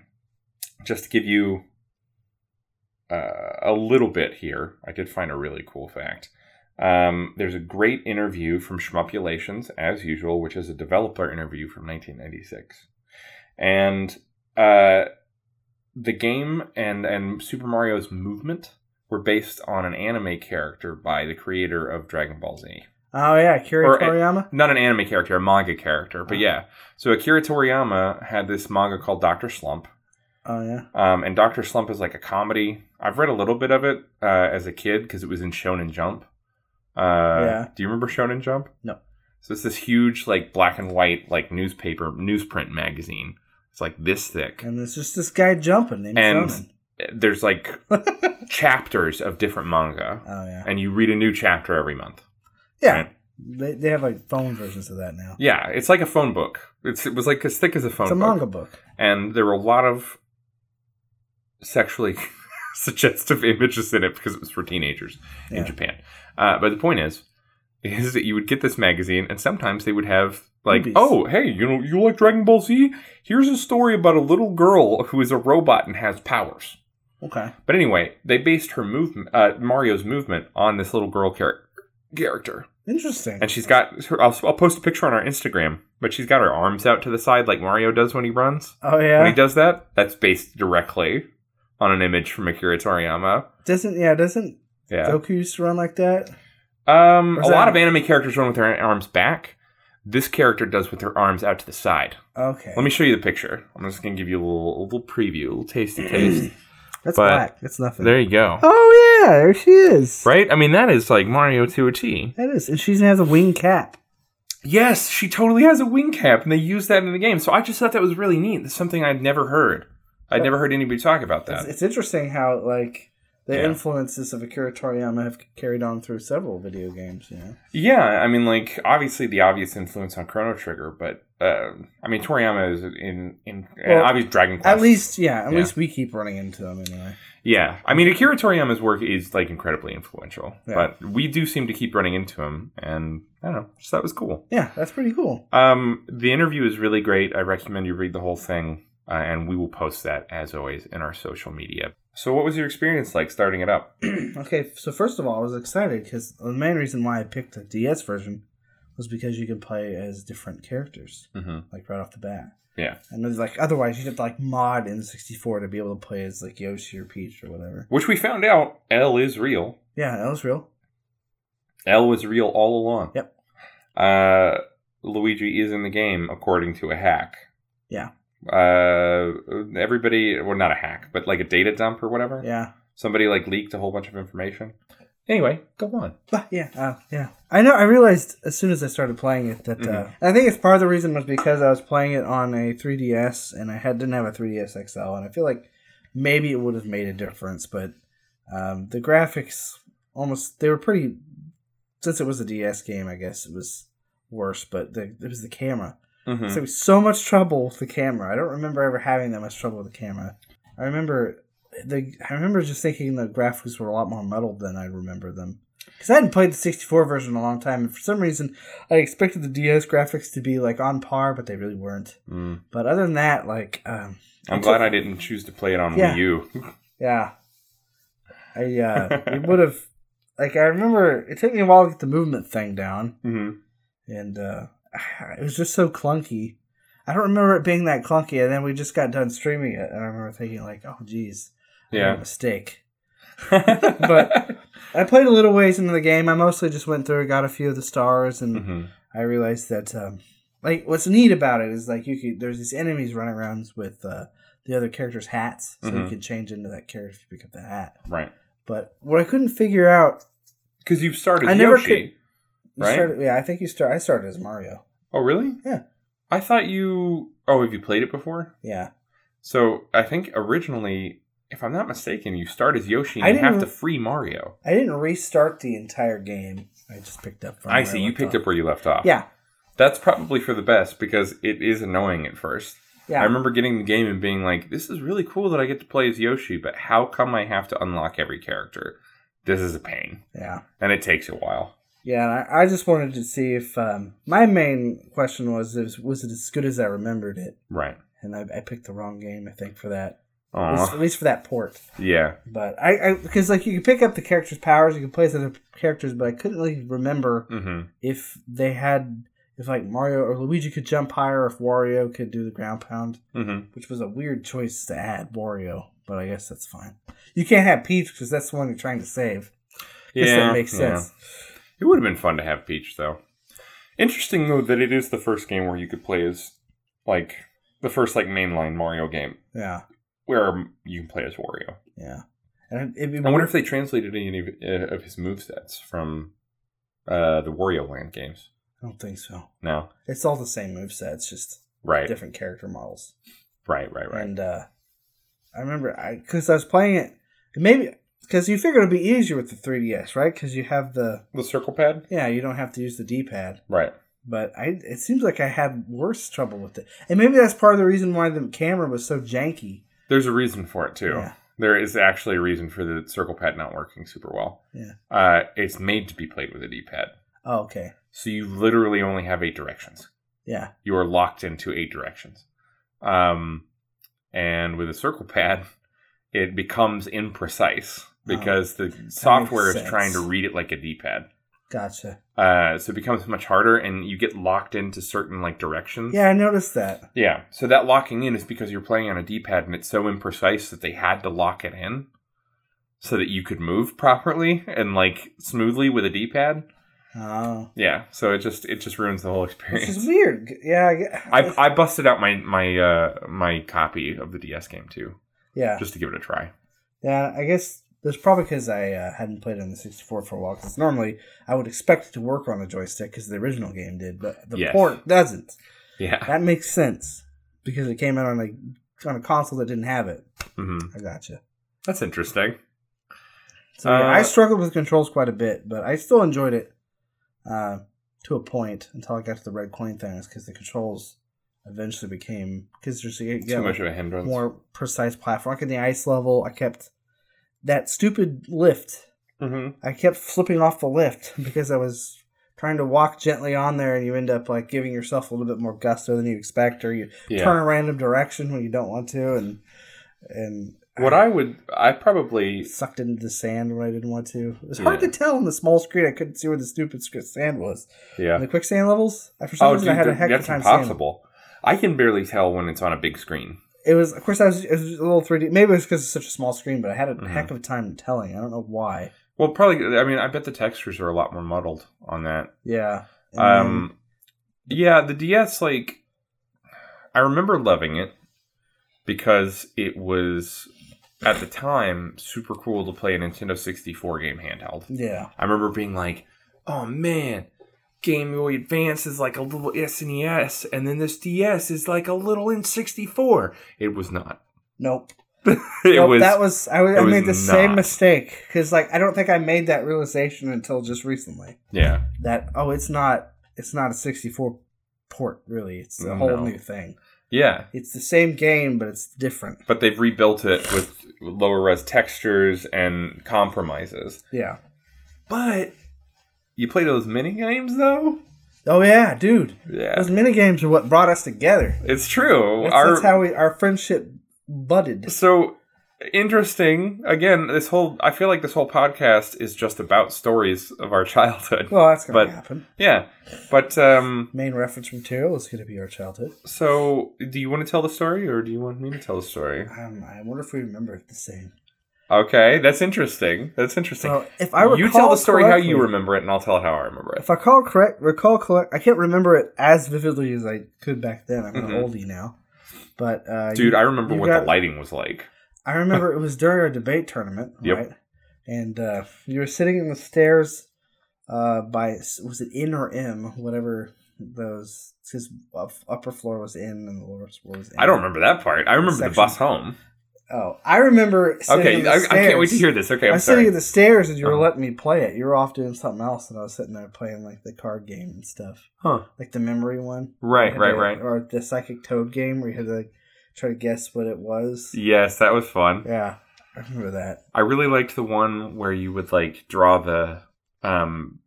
just to give you uh, a little bit here, I did find a really cool fact. Um, there's a great interview from Schmupulations, as usual, which is a developer interview from 1996. And uh, the game and, and Super Mario's movement were based on an anime character by the creator of Dragon Ball Z oh yeah, Kiri Or- Toriyama. not an anime character, a manga character, Oh. but yeah. So Akira Toriyama had this manga called Doctor Slump, Oh yeah, um, and Doctor Slump is like a comedy. I've read a little bit of it uh, as a kid because it was in Shonen Jump. Uh, Yeah. Do you remember Shonen Jump? No. So it's this huge, like black and white, like newspaper newsprint magazine. It's like this thick. and it's just this guy jumping named And- Shonen. There's like chapters of different manga, Oh yeah, and you read a new chapter every month. yeah. Right. They, they have like phone versions of that now. Yeah, it's like a phone book. It's, it was like as thick as a phone. It's a book. manga book. and there were a lot of sexually suggestive images in it because it was for teenagers Yeah. in Japan. Uh, but the point is, is that you would get this magazine, and sometimes they would have like, Movies. oh, hey, you know, you like Dragon Ball Z? Here's a story about a little girl who is a robot and has powers. Okay, But anyway, they based her movement, uh, Mario's movement, on this little girl char- character. interesting. And she's got her, I'll, I'll post a picture on our Instagram, but she's got her arms out to the side like Mario does when he runs oh when yeah, he does that, that's based directly on an image from Akira Toriyama. doesn't yeah doesn't Yeah. Goku used to run like that? Um, Or a is lot that- of anime characters run with their arms back. This character does with her arms out to the side. Okay, Let me show you the picture. I'm just gonna give you a little, a little preview, a little tasty taste. that's but- black. That's nothing. there you go. oh yeah, there she is. Right? I mean, that is like Mario to a T. That is, and she has a wing cap. Yes, she totally has a wing cap, and they use that in the game. So I just thought that was really neat. That's something I'd never heard. I'd never heard anybody talk about It's, that. it's interesting how like the Yeah. influences of Akira Toriyama have carried on through several video games. You know, Yeah, I mean, like obviously the obvious influence on Chrono Trigger, but uh, I mean Toriyama is in in Well, an obvious Dragon Quest. at least yeah, at Yeah. least we keep running into them anyway. yeah. I mean, Akira Toriyama's work is like incredibly influential, Yeah. but we do seem to keep running into him, and I don't know, just that was cool. Yeah, that's pretty cool. Um, the interview is really great. I recommend you read the whole thing, uh, and we will post that as always in our social media. So, what was your experience like starting it up? okay, so first of all, I was excited because the main reason why I picked the DS version was because you can play as different characters, Mm-hmm. like right off the bat. Yeah. And there's like otherwise you'd have to like mod in sixty four to be able to play as like Yoshi or Peach or whatever. Which we found out L is real. Yeah, that was real. L was real all along. Yep. Uh, Luigi is in the game according to a hack. Yeah. Uh, everybody, well, not a hack, but like a data dump or whatever. Yeah. Somebody like leaked a whole bunch of information. Anyway, go on. But yeah, uh, yeah. I know. I realized as soon as I started playing it that uh, I think it's part of the reason was because I was playing it on a 3DS and I had didn't have a 3DS XL, and I feel like maybe it would have made a difference, but um, the graphics almost they were pretty. Since it was a DS game, I guess it was worse, but the, it was the camera. Mhm. So it was so much trouble with the camera. I don't remember ever having that much trouble with the camera. I remember the I remember just thinking the graphics were a lot more muddled than I remember them. Because I hadn't played the 64 version in a long time, and for some reason, I expected the DS graphics to be like on par, but they really weren't. Mm. But other than that, like, um, I'm glad I didn't choose to play it on Yeah. Wii U. yeah, I uh, it would have. Like I remember, it took me a while to get the movement thing down, hmm and uh, it was just so clunky. I don't remember it being that clunky, and then we just got done streaming it, and I remember thinking like, "Oh, geez, I made a Yeah. mistake." But- I played a little ways into the game. I mostly just went through, got a few of the stars, and hmm I realized that um, like what's neat about it is like you could there's these enemies running around with uh, the other characters' hats, so you Mhm. can change into that character if you pick up the hat. Right. But what I couldn't figure out, Because you've started I never Yoshi. you Right. started, yeah, I think you start. I started as Mario. Oh, really? Yeah. I thought you. Oh, have you played it before? Yeah, So I think originally, if I'm not mistaken, you start as Yoshi I and you have didn't- to free Mario. I didn't restart the entire game. I just picked up. From I where see. You left picked off. up where you left off. Yeah, That's probably for the best because it is annoying at first. yeah. I remember getting the game and being like, this is really cool that I get to play as Yoshi, but how come I have to unlock every character? This is a pain. yeah. And it takes a while. Yeah, and I, I just wanted to see if um, my main question was is, was it as good as I remembered it? Right. And I, I picked the wrong game, I think, for that. At least, Aw. at least for that port. Yeah. But I, I because like you could pick up the characters' powers, you could play as other characters, but I couldn't really remember hmm if they had if like Mario or Luigi could jump higher, if Wario could do the ground pound, hmm which was a weird choice to add Wario. But I guess that's fine. You can't have Peach because that's the one you're trying to save. I guess Yeah. that makes yeah. sense. It would have been fun to have Peach, though. Interesting, though, that it is the first game where you could play as, like, the first, like, mainline Mario game Yeah, where you can play as Wario. yeah. And it'd be I wonder if they translated any of, uh, of his movesets from uh, the Wario Land games. I don't think so. No? It's all the same moveset. It's just Right. different character models. Right, right, right. And uh, I remember I because I was playing it maybe because you figure it'll be easier with the 3ds, right? Because you have the The circle pad? yeah, you don't have to use the D-pad. Right. But I it seems like I had worse trouble with it, and maybe that's part of the reason why the camera was so janky. There's a reason for it, too. Yeah. There is actually a reason for the circle pad not working super well. Yeah. Uh, it's made to be played with a D pad. Oh, okay. So you literally only have eight directions. Yeah. you are locked into eight directions. Um, and with a circle pad, it becomes imprecise because the software is Oh, sense. trying to read it like a D-pad. Gotcha. Uh, so it becomes much harder, and you get locked into certain like directions. Yeah, I noticed that. yeah. So that locking in is because you're playing on a D-pad, and it's so imprecise that they had to lock it in so that you could move properly and like smoothly with a D-pad. Oh, Yeah. So it just it just ruins the whole experience. which is weird. G- Yeah. I, get- I, I busted out my my uh, my copy of the DS game too, yeah. just to give it a try. Yeah, I guess that's probably because I uh, hadn't played on the 64 for a while. Because normally I would expect it to work on a joystick because the original game did, but the Yes. port doesn't. Yeah. That makes sense because it came out on a on a console that didn't have it. hmm I gotcha. That's interesting. So yeah, Uh, I struggled with controls quite a bit, but I still enjoyed it uh, to a point until I got to the red coin things because the controls eventually became because there's you Too get much of a hindrance. more precise platform. Like in the ice level, I kept that stupid lift hmm I kept flipping off the lift because I was trying to walk gently on there, and you end up like giving yourself a little bit more gusto than you expect, or you Yeah. turn a random direction when you don't want to, and and What I would, I probably sucked into the sand when I didn't want to. It was hard Yeah. to tell on the small screen. I couldn't see where the stupid sc- sand was. And yeah. Oh, the quicksand levels, I, for some reason, I had a dude, heck of a that's time. seeing them. impossible. I can barely tell when it's on a big screen. It was, of course, I was, it was a little 3D. Maybe it was because it's such a small screen, but I had a Mhm. heck of a time telling. I don't know why. Well, probably. I mean, I bet the textures are a lot more muddled on that. Yeah. And then- Um, yeah, the DS, like, I remember loving it because it was at the time super cool to play a Nintendo 64 game handheld. yeah. I remember being like, oh man, Game Boy Advance is like a little SNES, and then this DS is like a little N64. It was not. Nope. It Nope, was, that was I, was- it I was made the same not. mistake because like I don't think I made that realization until just recently yeah, that oh it's not it's not a 64 port really it's a whole No. new thing yeah. it's the same game but it's different But they've rebuilt it with lower res textures and compromises. yeah But you play those mini games though. Oh yeah, dude. Yeah. Those minigames are what brought us together. It's true. That's, Our- that's how we our friendship budded. so interesting. Again, this whole I feel like this whole podcast is just about stories of our childhood. Well, that's gonna But- happen. yeah. But um Main reference material is gonna be our childhood. so do you want to tell the story or do you want me to tell the story? Um, I wonder if we remember it the same. Okay, that's interesting. That's interesting. So if I recall you tell the story how you correctly- remember it and I'll tell it how I remember it. If I call correct, recall correct, I can't remember it as vividly as I could back then. I'm an Mhm. oldie now, but uh, Dude, you- I remember you what got- the lighting was like. I remember it was during our debate tournament, Yep. right? And uh, you were sitting in the stairs uh, by was it N or M, whatever those his up- upper floor was in and the lower floor was. In. I don't remember that part. I remember Section. the bus home. Oh, I remember. Sitting in Okay, the I, I stairs. can't wait to hear this. Okay, I'm, I'm sorry. sitting in the stairs, and you were Uh-huh. letting me play it. You were off doing something else, and I was sitting there playing like the card game and stuff, Huh. like the memory one, Right, You right, had to- right. or the psychic toad game where you had to like, try to guess what it was. Yes, that was fun. Yeah, I remember that. I really liked the one where you would like draw the um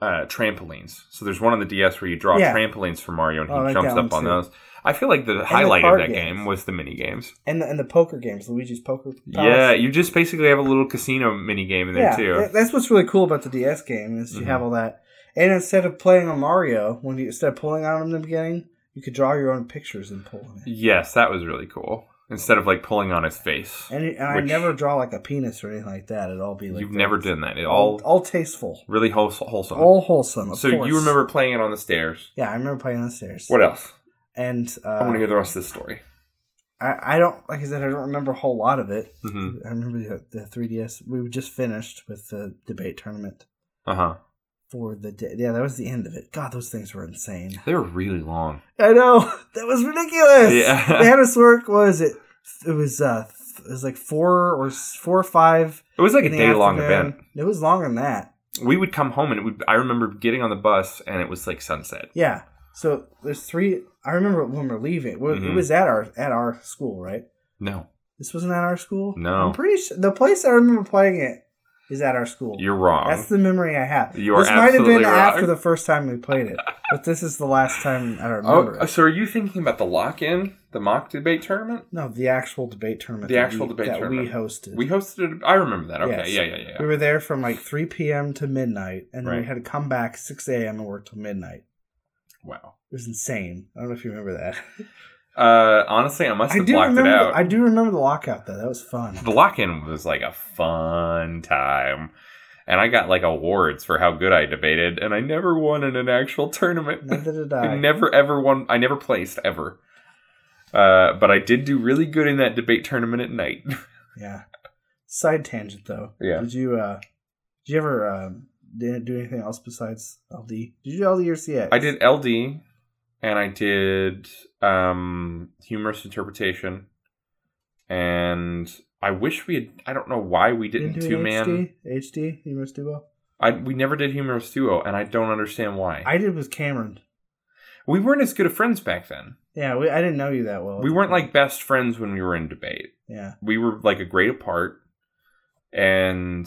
uh trampolines. So there's one on the DS where you draw Yeah. trampolines for Mario and he I like jumps that up one, on too. those. I feel like the highlight of card that games. game was the mini games. And the, and the poker games, Luigi's Poker. Palace. Yeah, you just basically have a little casino mini game in there yeah. too. that- That's what's really cool about the DS game is you Mhm. have all that, and instead of playing on Mario, when you instead of pulling on him in the beginning, you could draw your own pictures and pull on it. Yes, that was really cool. Instead of like pulling on his face. And, and I Which- never draw like a penis or anything like that. It'd all be like You've that. never done that. It all all tasteful, really wholes- wholesome. all wholesome. Of so course. you remember playing it on the stairs. Yeah, I remember playing on the stairs. What else? And uh, I want to hear the rest of the story. I, I don't like I said I don't remember a whole lot of it. hmm I remember the, the 3DS. We were just finished with the debate tournament Uh huh. for the day. Yeah, that was the end of it. God, those things were insane. They were really long. I know that was ridiculous. Yeah. they had us work. What was it? It was uh, it was like four or s- four or five. It was like a in the day long afternoon. event. It was longer than that. we would come home and it would i remember getting on the bus and it was like sunset Yeah. So there's three. I remember when we we're leaving. Well, It Mhm. was at our at our school, right? no This wasn't at our school. No. I'm pretty sure the place I remember playing it is at our school. you're wrong That's the memory I have. You are this might have been absolutely wrong. after the first time we played it, but this is the last time I remember. oh it. so are you thinking about the lock-in the mock debate tournament No, the actual debate tournament. The that actual we- debate that we tournament. hosted. we hosted it i remember that okay Yes. yeah yeah yeah, yeah. We were there from like 3 p.m. to midnight, and then we Right. had to come back 6 a.m. and work till midnight. wow It was insane. I don't know if you remember that. uh honestly i must I have do blocked remember. it out The, I do remember the lockout though. That was fun. the lock-in was like a fun time and i got like awards for how good i debated and i never won in an actual tournament Neither did I I. never ever won. I never placed ever. Uh, but I did do really good in that debate tournament at night. yeah. Side tangent though. Yeah. Did you uh? Did you ever uh, did do anything else besides LD? Did you do LD or CX? I did LD, and I did um, humorous interpretation, and I wish we had. I don't know why we You didn't do two an man. HD? HD humorous duo. I we never did humorous duo, and I don't understand why. I did with Cameron. we weren't as good of friends back then. Yeah, we, I didn't know you that well. We weren't like best friends when we were in debate. yeah. we were like a grade apart. And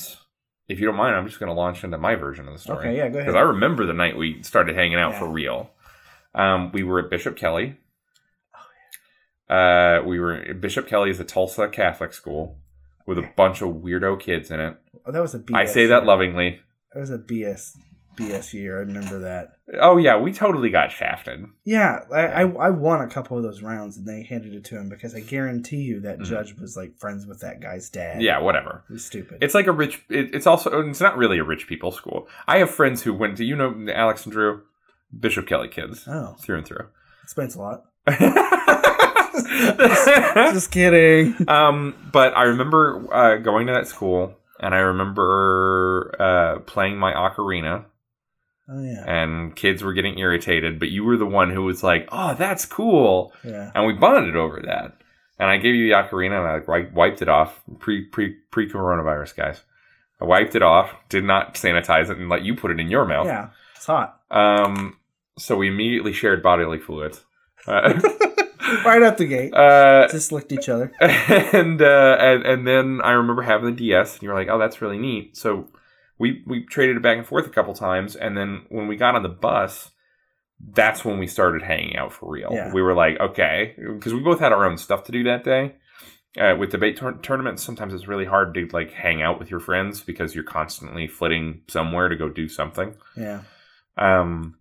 if you don't mind, I'm just going to launch into my version of the story. Okay, yeah, go ahead. Because I remember the night we started hanging out Yeah. for real. Um, we were at Bishop Kelly. Uh, we were Bishop Kelly is a Tulsa Catholic school with a bunch of weirdo kids in it. Oh, that was a BS. I say that year. lovingly. That was a BS BS year. I remember that. Oh yeah, we totally got shafted. Yeah, I, I I won a couple of those rounds and they handed it to him because I guarantee you that Mhm. judge was like friends with that guy's dad. Yeah, whatever. It was stupid. It's like a rich. It, it's also. It's not really a rich people school. I have friends who went to. You know, Alex and Drew, Bishop Kelly kids, oh, through and through. explains a lot. um, Just kidding. but I remember uh, going to that school, and I remember uh, playing my ocarina, Oh yeah, and kids were getting irritated. But you were the one who was like, "Oh, that's cool," yeah. and we bonded over that. And I gave you the ocarina, and I wi- wiped it off. Pre pre pre coronavirus, guys. I wiped it off. Did not sanitize it, and let you put it in your mouth. Yeah, it's hot. Um. So we immediately shared bodily fluids. Uh, Right out the gate, uh, just licked each other. and uh, and and then I remember having the DS, and you were like, "Oh, that's really neat." So we we traded it back and forth a couple times, and then when we got on the bus, that's when we started hanging out for real. Yeah. We were like, okay, because we both had our own stuff to do that day. Uh, with debate tour- tournaments, sometimes it's really hard to like hang out with your friends because you're constantly flitting somewhere to go do something. Yeah. Um,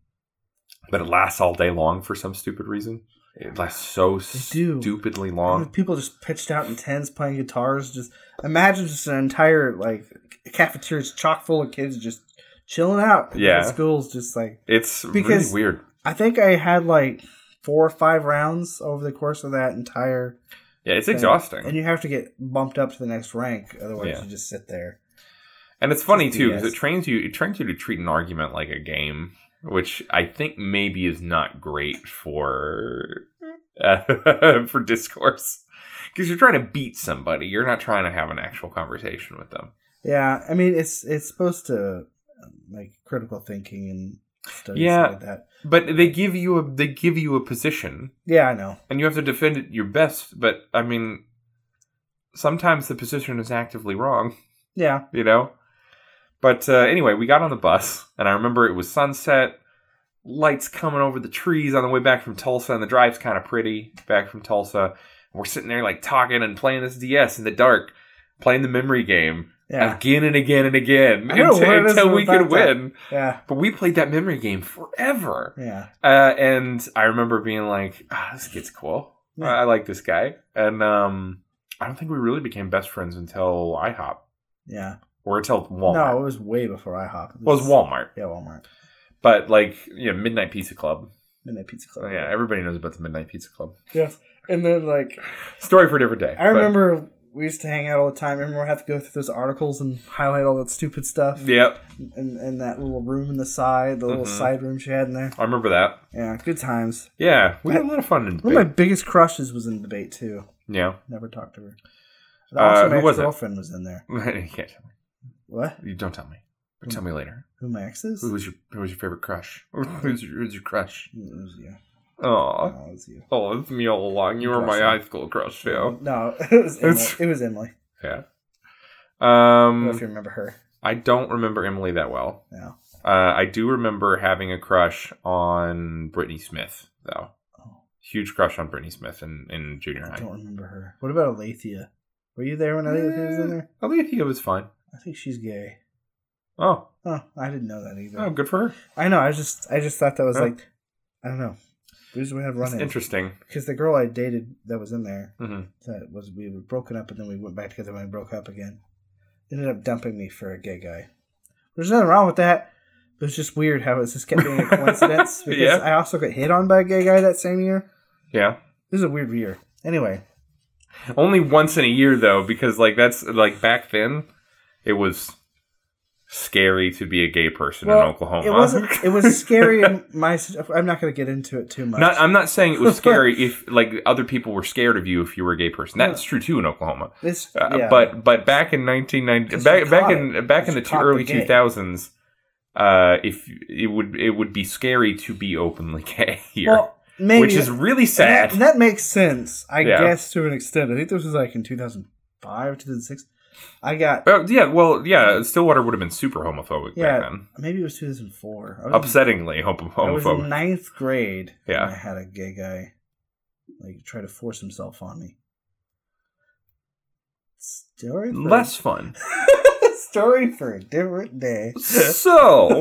but it lasts all day long for some stupid reason. It lasts so do. stupidly I mean, long. People just pitched out in tents playing guitars. Just imagine just an entire like cafeteria's chock full of kids just chilling out. And Yeah. the school's just like It's Because- really weird. I think I had like four or five rounds over the course of that entire. Yeah, it's thing. exhausting. and you have to get bumped up to the next rank. Otherwise, Yeah. you just sit there. And it's funny Just too because BS. it trains you. It trains you to treat an argument like a game, which I think maybe is not great for uh, for discourse because you're trying to beat somebody. You're not trying to have an actual conversation with them. Yeah, I mean it's it's supposed to um, like critical thinking and stuff Yeah. like that. But they give you a they give you a position, Yeah, I know. and you have to defend it your best. But I mean, sometimes the position is actively wrong. Yeah, you know. But uh, anyway, we got on the bus, and I remember it was sunset, lights coming over the trees on the way back from Tulsa, and the drive's kind of pretty back from Tulsa. And we're sitting there like talking and playing this DS in the dark, playing the memory game yeah, again and again and again I don't know until, what it is until we about could that. win. yeah, But we played that memory game forever. yeah. Uh, and I remember being like, ah, this kid's cool. Yeah. I I like this guy. And um, I don't think we really became best friends until IHOP Yeah. or until Walmart. No, it was way before IHOP. Well, it's Walmart, Yeah, Walmart. but like you know, Midnight Pizza Club. Midnight Pizza Oh, Club. yeah, everybody knows about the Midnight Pizza Club. Yes. And then like Story for a different day. I remember we used to hang out all the time. Remember we have to go through those articles and highlight all that stupid stuff. But, yep, And and that little room in the side, the little Mhm. side room she had in there. I remember that. Yeah, good times. Yeah, we had a lot of fun One in of my debate. biggest crushes was in debate too. Yeah, Never talked to her. But Uh, also who my was it? girlfriend was in there. you can't tell me. What? You don't tell me. But tell me later. Who my exes? Who was your Who was your favorite crush? Who's your, who's your crush? Mm, It was you. Oh, No, it was you. oh, it's me all along. You were my high school crush too. No, it was Emily. It's- It was Emily. Yeah. I don't know if Um, you remember her. I don't remember Emily that well. No. Uh, I do remember having a crush on Brittany Smith, though. Oh. Huge crush on Brittany Smith in, in junior I high. don't remember her. What about Alethea? Were you there when Alethea Eh. was in there? Alethea was fine. I think she's gay. Oh, Oh, I didn't know that either. oh, good for her. I know. I just, I just thought that was Huh? like, I don't know. We just would have That's run-ins interesting. because the girl I dated that was in there hmm that was we were broken up and then we went back together and we broke up again. Ended up dumping me for a gay guy. There's nothing wrong with that. But it's just weird how it's just kept being a coincidence because Yeah. I also got hit on by a gay guy that same year. Yeah. This is a weird year. Anyway, Only once in a year though, because like that's like back then, it was scary to be a gay person in Well, Oklahoma. it wasn't. It was scary. in my I'm not going to get into it too much. Not, I'm not saying it was scary if like other people were scared of you if you were a gay person. That's true too in Oklahoma. It's- Uh, yeah. But but back in 1990, Because back you back caught in it. back in the Because two, you caught early the gay. 2000s, uh, if it would it would be scary to be openly gay here, well, maybe which is really sad. And that, that makes sense, I Yeah. guess, to an extent. I think this was like in 2005, 2006. I got Oh, yeah, well, yeah, Stillwater would have been super homophobic yeah, back then. maybe it was 2004. I was, Upsettingly homo- I was in homophobic. ninth grade. Yeah. and I had a gay guy like try to force himself on me. Story for Less fun. story for a different day. so,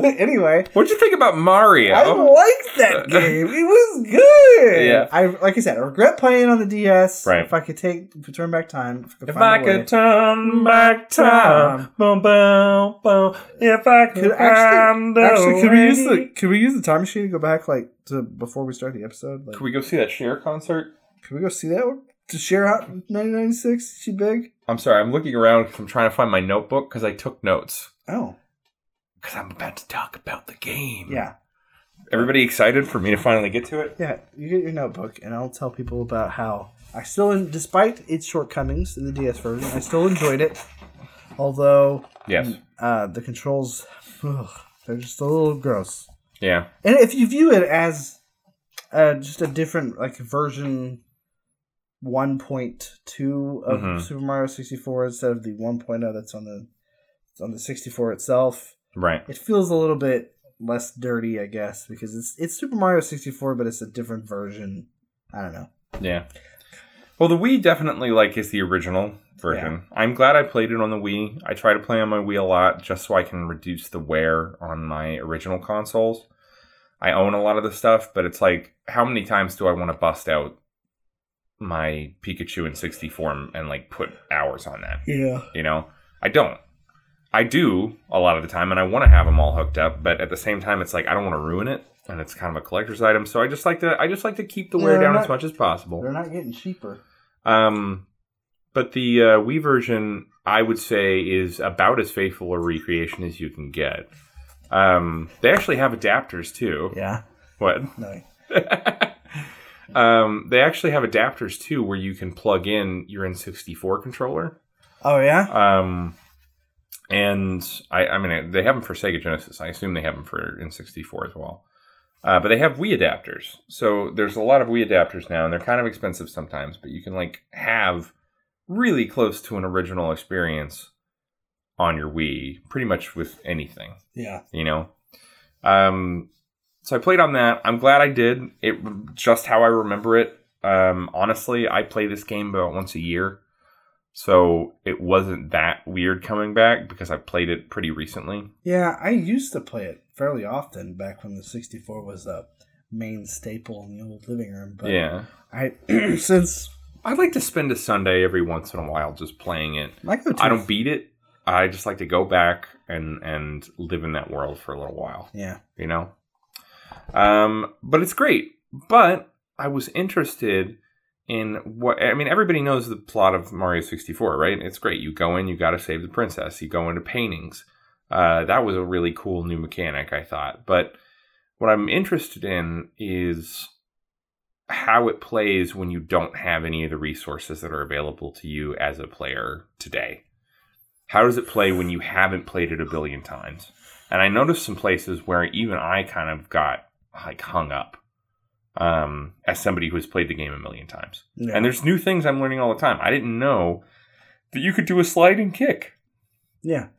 anyway, what'd you think about Mario? I liked that game. It was good. Uh, Yeah. I like I said, I regret playing on the DS. Right. If I could take if I could turn back time, if I could, if I find a way, could turn back time, boom, boom, boom. If I could, could actually, find a actually could we use the way. could we use the time machine to go back like to before we start the episode? Like, Could we go see that Cher concert? could we go see that one? to share out 1996? She big. I'm sorry, I'm looking around because I'm trying to find my notebook because I took notes. Oh Because I'm about to talk about the game. yeah, Everybody excited for me to finally get to it? yeah. You get your notebook, and I'll tell people about how I still, despite its shortcomings in the DS version, I still enjoyed it. Although Yes. uh, the controls, ugh, they're just a little gross. Yeah. And if you view it as uh, just a different like version 1.2 of Mhm. Mm-hmm. Super Mario 64 instead of the 1.0 that's oh on the It's on the 64 itself. Right. It feels a little bit less dirty, I guess, because it's it's Super Mario 64, but it's a different version. I don't know. Yeah. Well, the Wii definitely like is the original version. I'm glad I played it on the Wii. I try to play on my Wii a lot just so I can reduce the wear on my original consoles. I own a lot of the stuff, but it's like how many times do I want to bust out my Pikachu in 64 and like put hours on that? Yeah. You know, I don't. I do a lot of the time, and I want to have them all hooked up, but at the same time, it's like I don't want to ruin it, and it's kind of a collector's item. So I just like to, I just like to keep the wear Yeah, down not- as much as possible. They're not getting cheaper. Um, but the uh, Wii version, I would say, is about as faithful a recreation as you can get. Um, they actually have adapters too. Yeah. What? No. um, they actually have adapters too, where you can plug in your N64 controller. Oh yeah. Um, and I, I mean, they have them for Sega Genesis. I assume they have them for N64 as well. Uh, but they have Wii adapters. So there's a lot of Wii adapters now, and they're kind of expensive sometimes, but you can like have really close to an original experience on your Wii pretty much with anything Yeah. you know. Um, so I played on that. I'm glad I did. It just how I remember it. Um, honestly, I play this game about once a year, so it wasn't that weird coming back because I played it pretty recently. Yeah. I used to play it fairly often back when the 64 was a main staple in the old living room. But yeah, I since I'd like to spend a Sunday every once in a while just playing it. I go to I don't beat it. I just like to go back and and live in that world for a little while. Yeah. you know um but it's great but i was interested in what i mean everybody knows the plot of mario 64 right it's great you go in you got to save the princess you go into paintings uh that was a really cool new mechanic i thought but what i'm interested in is how it plays when you don't have any of the resources that are available to you as a player today how does it play when you haven't played it a billion times and I noticed some places where even I kind of got like hung up um, as somebody who has played the game a million times. Yeah. And there's new things I'm learning all the time. I didn't know that you could do a sliding kick. yeah.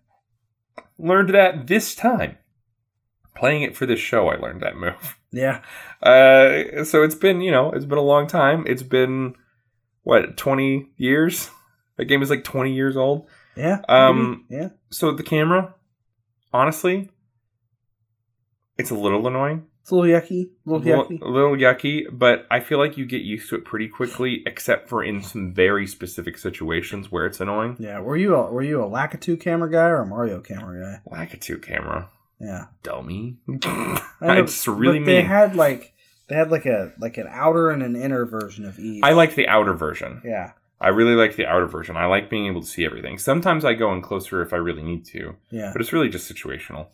Learned that this time. Playing it for this show, I learned that move. Yeah. Uh, so it's been, you know, it's been a long time. It's been what 20 years. That game is like 20 years old. Yeah. Um, maybe, Yeah. So the camera, honestly, it's a little annoying. It's a little yucky. A little Little- yucky. a little yucky, but I feel like you get used to it pretty quickly, except for in some very specific situations where it's annoying. Yeah. Were you a were you a Lakitu camera guy or a Mario camera guy? Lakitu camera, Yeah. dummy. I know, it's really but mean. They had like they had like a like an outer and an inner version of each. I like the outer version. Yeah. I really like the outer version. I like being able to see everything. Sometimes I go in closer if I really need to, Yeah. but it's really just situational.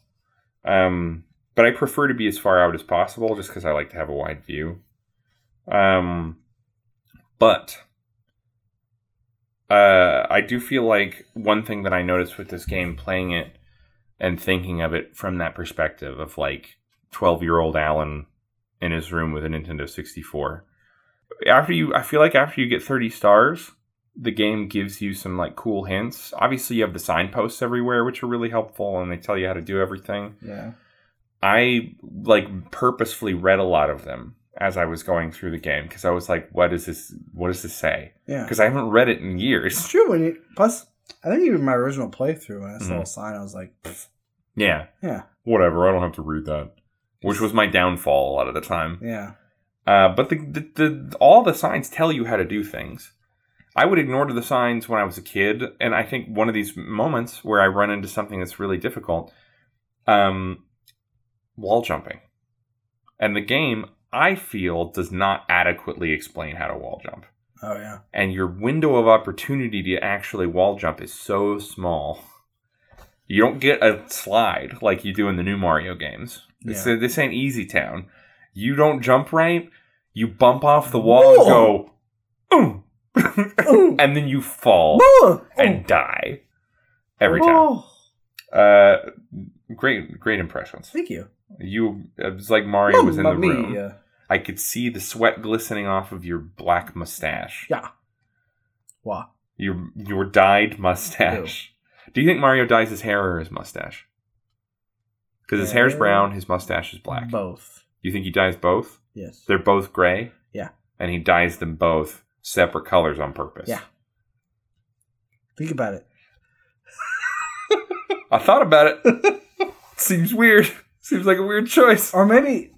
Um, but I prefer to be as far out as possible just because I like to have a wide view. Um, but uh, I do feel like one thing that I noticed with this game, playing it and thinking of it from that perspective of like 12 year old Alan in his room with a Nintendo 64. After you, I feel like after you get 30 stars, the game gives you some like cool hints. Obviously, you have the signposts everywhere, which are really helpful, and they tell you how to do everything. Yeah. I like purposefully read a lot of them as I was going through the game because I was like, "What does this? What does this say?" Yeah. Because I haven't read it in It's years. true when you plus I think even my original playthrough when I saw Mhm. a sign I was like "Pfft, Yeah. Yeah. Whatever. I don't have to read that, which was my downfall a lot of the time. yeah. Uh, but the, the, the all the signs tell you how to do things. I would ignore the signs when I was a kid, and I think one of these moments where I run into something that's really difficult, um, wall jumping, and the game I feel does not adequately explain how to wall jump, Oh yeah. and your window of opportunity to actually wall jump is so small. You don't get a slide like you do in the new Mario games. This, Yeah. this ain't Easy Town. You don't jump right, you bump off the wall Whoa. and go, Ooh. "Ooh," and then you fall Woo! and die every time. Oh, Uh, great, great impressions. thank you. You it was like Mario was in the Mamma room. mia. I could see the sweat glistening off of your black mustache, Yeah. Wow. your your dyed mustache. Do you think Mario dyes his hair or his mustache? Because his hair's Hair. brown, his mustache is black. Do Uh, Both. you think he dyes both? Yes. They're both gray. Yeah. And he dyes them both separate colors on purpose. Yeah. Think about it. I thought about it. Seems weird. Seems like a weird choice. Or maybe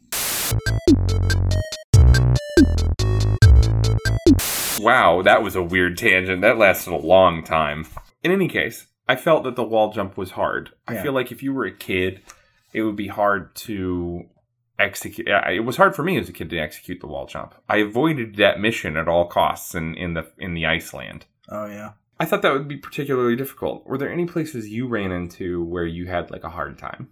Wow, that was a weird tangent. That lasted a long time. In any case, I felt that the wall jump was hard. I Yeah. feel like if you were a kid, it would be hard to execute. uh, It was hard for me as a kid to execute the wall jump. I avoided that mission at all costs in, in the in the Iceland. Oh yeah. I thought that would be particularly difficult. Were there any places you ran into where you had like a hard time?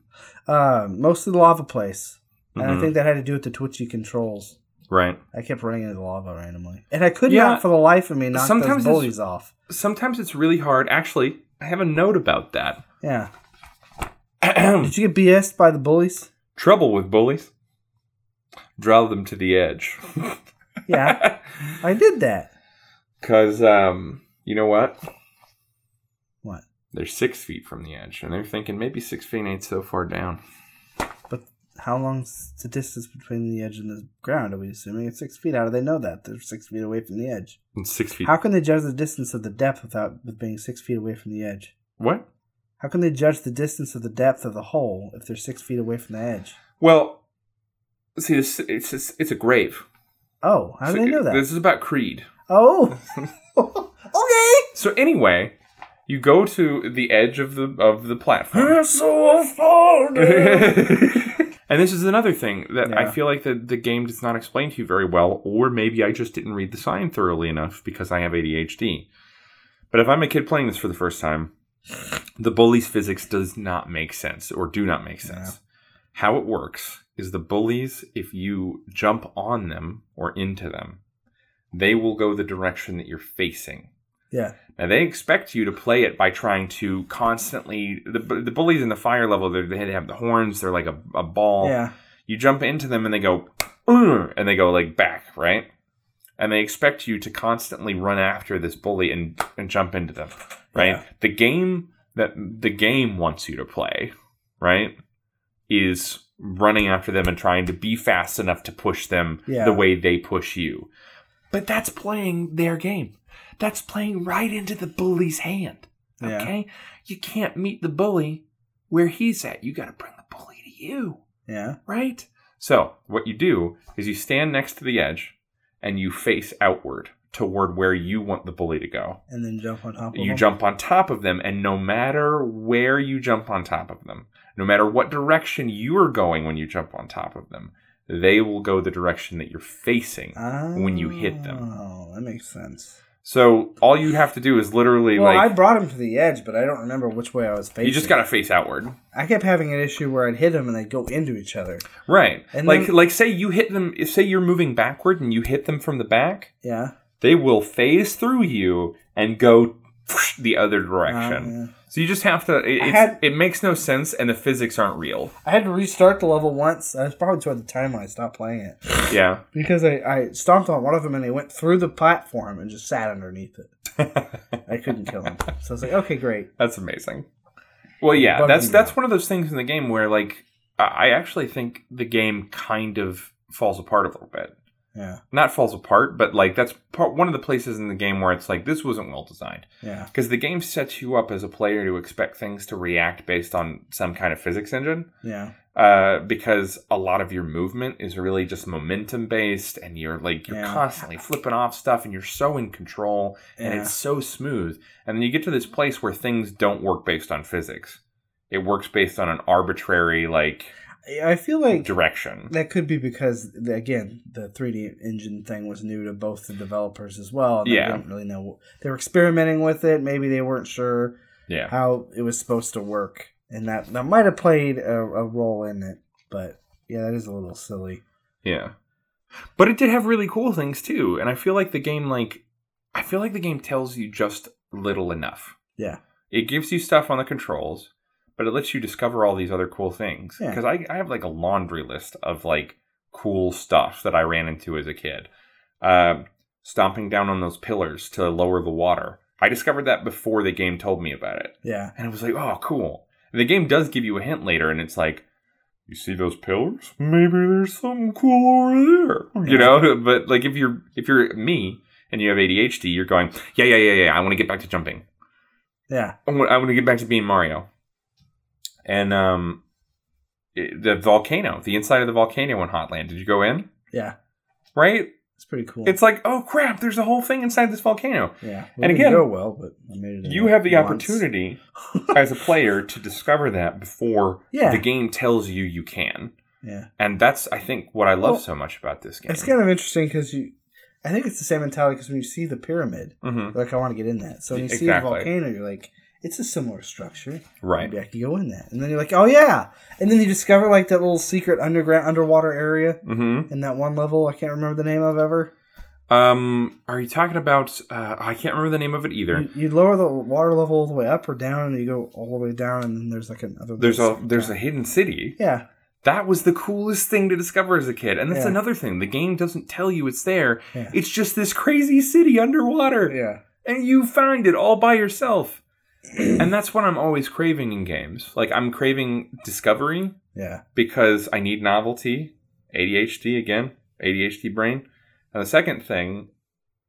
Uh, most of the lava place. And Mhm. Uh, I think that had to do with the twitchy controls. right. I kept running into the lava randomly. And I could Yeah. not for the life of me knock Sometimes those it's- bullies off. Sometimes it's really hard. Actually, I have a note about that. Yeah. Did you get BS'd by the bullies? Trouble with bullies. Draw them to the edge. Yeah. I did that. Because, um, you know what? What? They're six feet from the edge, and they're thinking maybe six feet ain't so far down. How long's the distance between the edge and the ground? Are we assuming it's six feet? How do they know that? They're six feet away from the edge. And six feet. How can they judge the distance of the depth without with being six feet away from the edge? What? How can they judge the distance of the depth of the hole if they're six feet away from the edge? Well, see, this it's it's, it's a grave. Oh, how do So they know that? This is about Creed. Oh, okay. So anyway, you go to the edge of the of the platform. so far. and this is another thing that I Yeah. feel like the, the game does not explain to you very well, or maybe I just didn't read the sign thoroughly enough because I have ADHD. But if I'm a kid playing this for the first time, the bully's physics does not make sense or do not make sense. How it works is the bullies, if you jump on them or into them, they will go the direction that you're facing. yeah, Now they expect you to play it by trying to constantly the, the bullies in the fire level. they're- They have the horns. They're like a, a ball. yeah, You jump into them and they go, "Ugh," and they go like back, right? And they expect you to constantly run after this bully and and jump into them, right? Yeah. The game that the game wants you to play, right, is running after them and trying to be fast enough to push them Yeah. the way they push you. But that's playing their game. That's playing right into the bully's hand. Yeah. Okay? You can't meet the bully where he's at. You got to bring the bully to you yeah. right? So, what you do is you stand next to the edge and you face outward toward where you want the bully to go. And then jump on top of You them. jump on top of them, and no matter where you jump on top of them, no matter what direction you're going when you jump on top of them, they will go the direction that you're facing when you hit them. Oh, that makes sense. So, all you have to do is literally Well, I like. brought him to the edge, but I don't remember which way I was facing. You just gotta face outward, I kept having an issue where I'd hit him and they'd go into each other. right? And like, then- like say you hit them. If say you're moving backward and you hit them from the back, Yeah. they will phase through you and go the other direction. Um, So you just have to. It, I it's, had- it makes no sense, and the physics aren't real. I had to restart the level once. I was probably toward the time when I stopped playing it Yeah, because I, I stomped on one of them and they went through the platform and just sat underneath it. I couldn't kill him, so I was like, okay, great. that's amazing. Well, yeah, Bugs that's me that's out. one of those things in the game where like I I actually think the game kind of falls apart a little bit. Yeah, Not falls apart, but like that's part one of the places in the game where it's like this wasn't well designed yeah, because the game sets you up as a player to expect things to react based on some kind of physics engine. yeah, uh, because a lot of your movement is really just momentum based and you're like you're Yeah. constantly flipping off stuff and you're so in control and Yeah. it's so smooth and then you get to this place where things don't work based on physics it works based on an arbitrary like I- I feel like direction that could be because the- again, the 3D engine thing was new to both the developers as well. And Yeah. they didn't really know they were experimenting with it. Maybe they weren't sure yeah how it was supposed to work, and that that might have played a, a role in it. But yeah, that is a little silly. Yeah. But it did have really cool things too, and I feel like the game like I feel like the game tells you just little enough. Yeah. It gives you stuff on the controls, but it lets you discover all these other cool things. Yeah. Cuz I I have like a laundry list of like cool stuff that I ran into as a kid. Um stomping down on those pillars to lower the water. I discovered that before the game told me about it. Yeah. And it was like, oh, cool. And the game does give you a hint later, and it's like, you see those pillars? Maybe there's something cool over there. You know, but like if you're if you're me and you have ADHD, you're going, yeah, yeah, yeah, yeah. I want to get back to jumping. Yeah. I want, I want to get back to being Mario. And um, it- the volcano, the inside of the volcano in Hotland. Did you go in? Yeah. Right? It's pretty cool. It's like, oh crap! There's a whole thing inside this volcano. yeah. and didn't again, go well, but I made it. in You have the once. opportunity as a player to discover that before Yeah. the game tells you you can. yeah. And that's, I think, what I love Well, so much about this game. It's kind of interesting because you, I think it's the same mentality because when you see the pyramid, Mhm. you're like I want to get in that. So when you see the Exactly. volcano, you're like, it's a similar structure. right. Maybe I could go in that. And then you're like, oh yeah. And then you discover like that little secret underground underwater area hmm in that one level. I can't remember the name of ever. Um, are you talking about? Uh, I can't remember the name of it either. You, you lower the water level all the way up or down, and you go all the way down, and then there's like another. There's a there's a hidden city. yeah. That was the coolest thing to discover as a kid, and that's Yeah. another thing. The game doesn't tell you it's there. Yeah. It's just this crazy city underwater. Yeah. and you find it all by yourself. and that's what I'm always craving in games. Like I'm craving discovery Yeah. because I need novelty, ADHD again, ADHD brain. And the second thing,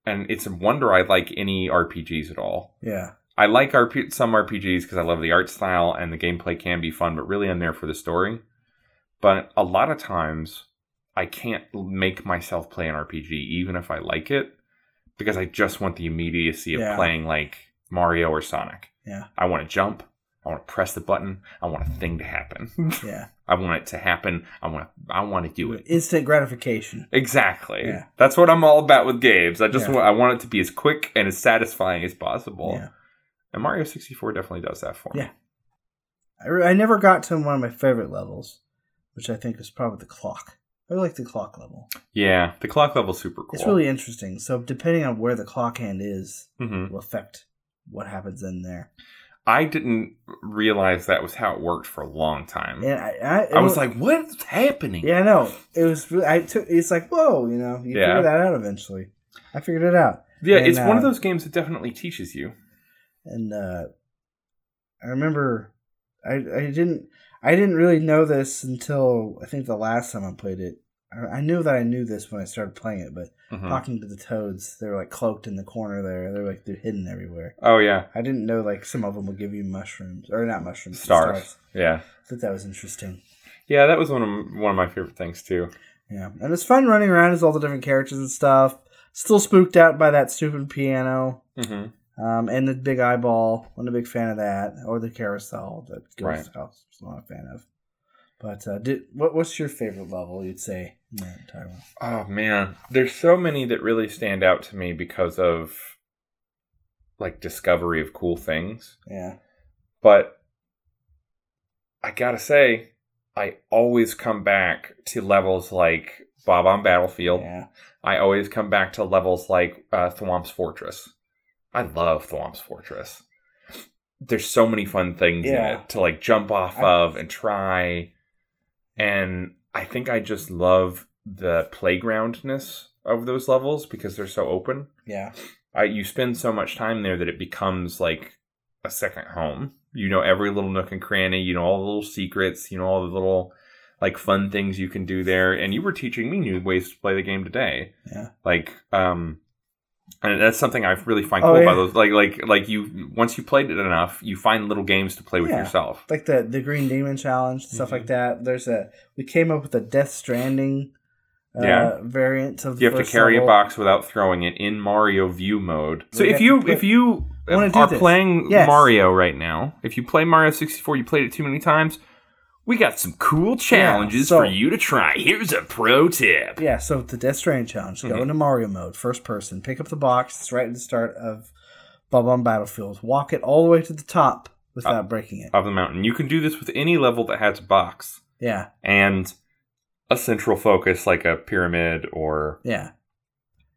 and it's a wonder I like any RPGs at all. Yeah. I like RP- some RPGs because I love the art style and the gameplay can be fun, but really I'm there for the story. But a lot of times, I can't make myself play an RPG, even if I like it, because I just want the immediacy of Yeah. playing like Mario or Sonic. Yeah. I want to jump. I want to press the button. I want a thing to happen. Yeah. I want it to happen. I want to. I want to do it. Instant gratification. Exactly. Yeah. That's what I'm all about with games. I just Yeah. want, I want it to be as quick and as satisfying as possible. Yeah. And Mario 64 definitely does that for me. Yeah. I, re- I never got to one of my favorite levels, which I think is probably the clock. I like the clock level. Yeah, the clock level's super cool. It's really interesting. So depending on where the clock hand is, hmm will affect what happens in there. I didn't realize that was how it worked for a long time. And I, I, it I was wa- like, what's happening? yeah, I know. It was. Really, I took. It's like, whoa, you know, you Yeah. figure that out eventually. I figured it out. Yeah, And, it's one uh, of those games that definitely teaches you. and uh, I remember I I didn't I didn't really know this until I think the last time I played it. I, I knew that I knew this when I started playing it, but Mhm. talking to the toads, they were like cloaked in the corner there. They're like they're hidden everywhere. Oh, yeah. I didn't know like some of them would give you mushrooms or not mushrooms Stars. Yeah. I thought that was interesting. Yeah, that was one of, m- one of my favorite things, too. Yeah, and it's fun running around as all the different characters and stuff. Still spooked out by that stupid piano. hmm Um, and the big eyeball. I'm a big fan of that, or the carousel that goes Right. out. I'm not a fan of. But uh, did what? What's your favorite level? You'd say in that entire one? Oh man, there's so many that really stand out to me because of like discovery of cool things. Yeah, But I gotta say, I always come back to levels like Bob on Battlefield. yeah, I always come back to levels like uh, Thwomp's Fortress. I love Thwomp's Fortress. There's so many fun things Yeah. in it to like jump off I- of and try. And I think I just love the playgroundness of those levels because they're so open. yeah, I, you spend so much time there that it becomes like a second home. You know every little nook and cranny. You know all the little secrets. You know all the little like fun things you can do there. And you were teaching me new ways to play the game today. Yeah. Like um, and that's something I really find Oh, cool yeah. about those. Like like like you once you played it enough, you find little games to play with Yeah. yourself. like the the Green Demon Challenge stuff Mhm. like that. There's a we came up with a Death Stranding uh, Yeah. variant of the You have to first carry a level. box without throwing it in Mario View mode. So We if have you to if put- you I wanna do are this. playing Yes. Mario right now, if you play Mario 64, you played it too many times. We got some cool challenges so- for you to try. Here's a pro tip. Yeah, so the Death Stranding challenge, go Mhm. into Mario mode, first person, pick up the box. It's right at the start of Bob on Battlefield. Walk it all the way to the top Uh, without breaking it. Of the mountain. You can do this with any level that has a box yeah, and a central focus like a pyramid or yeah,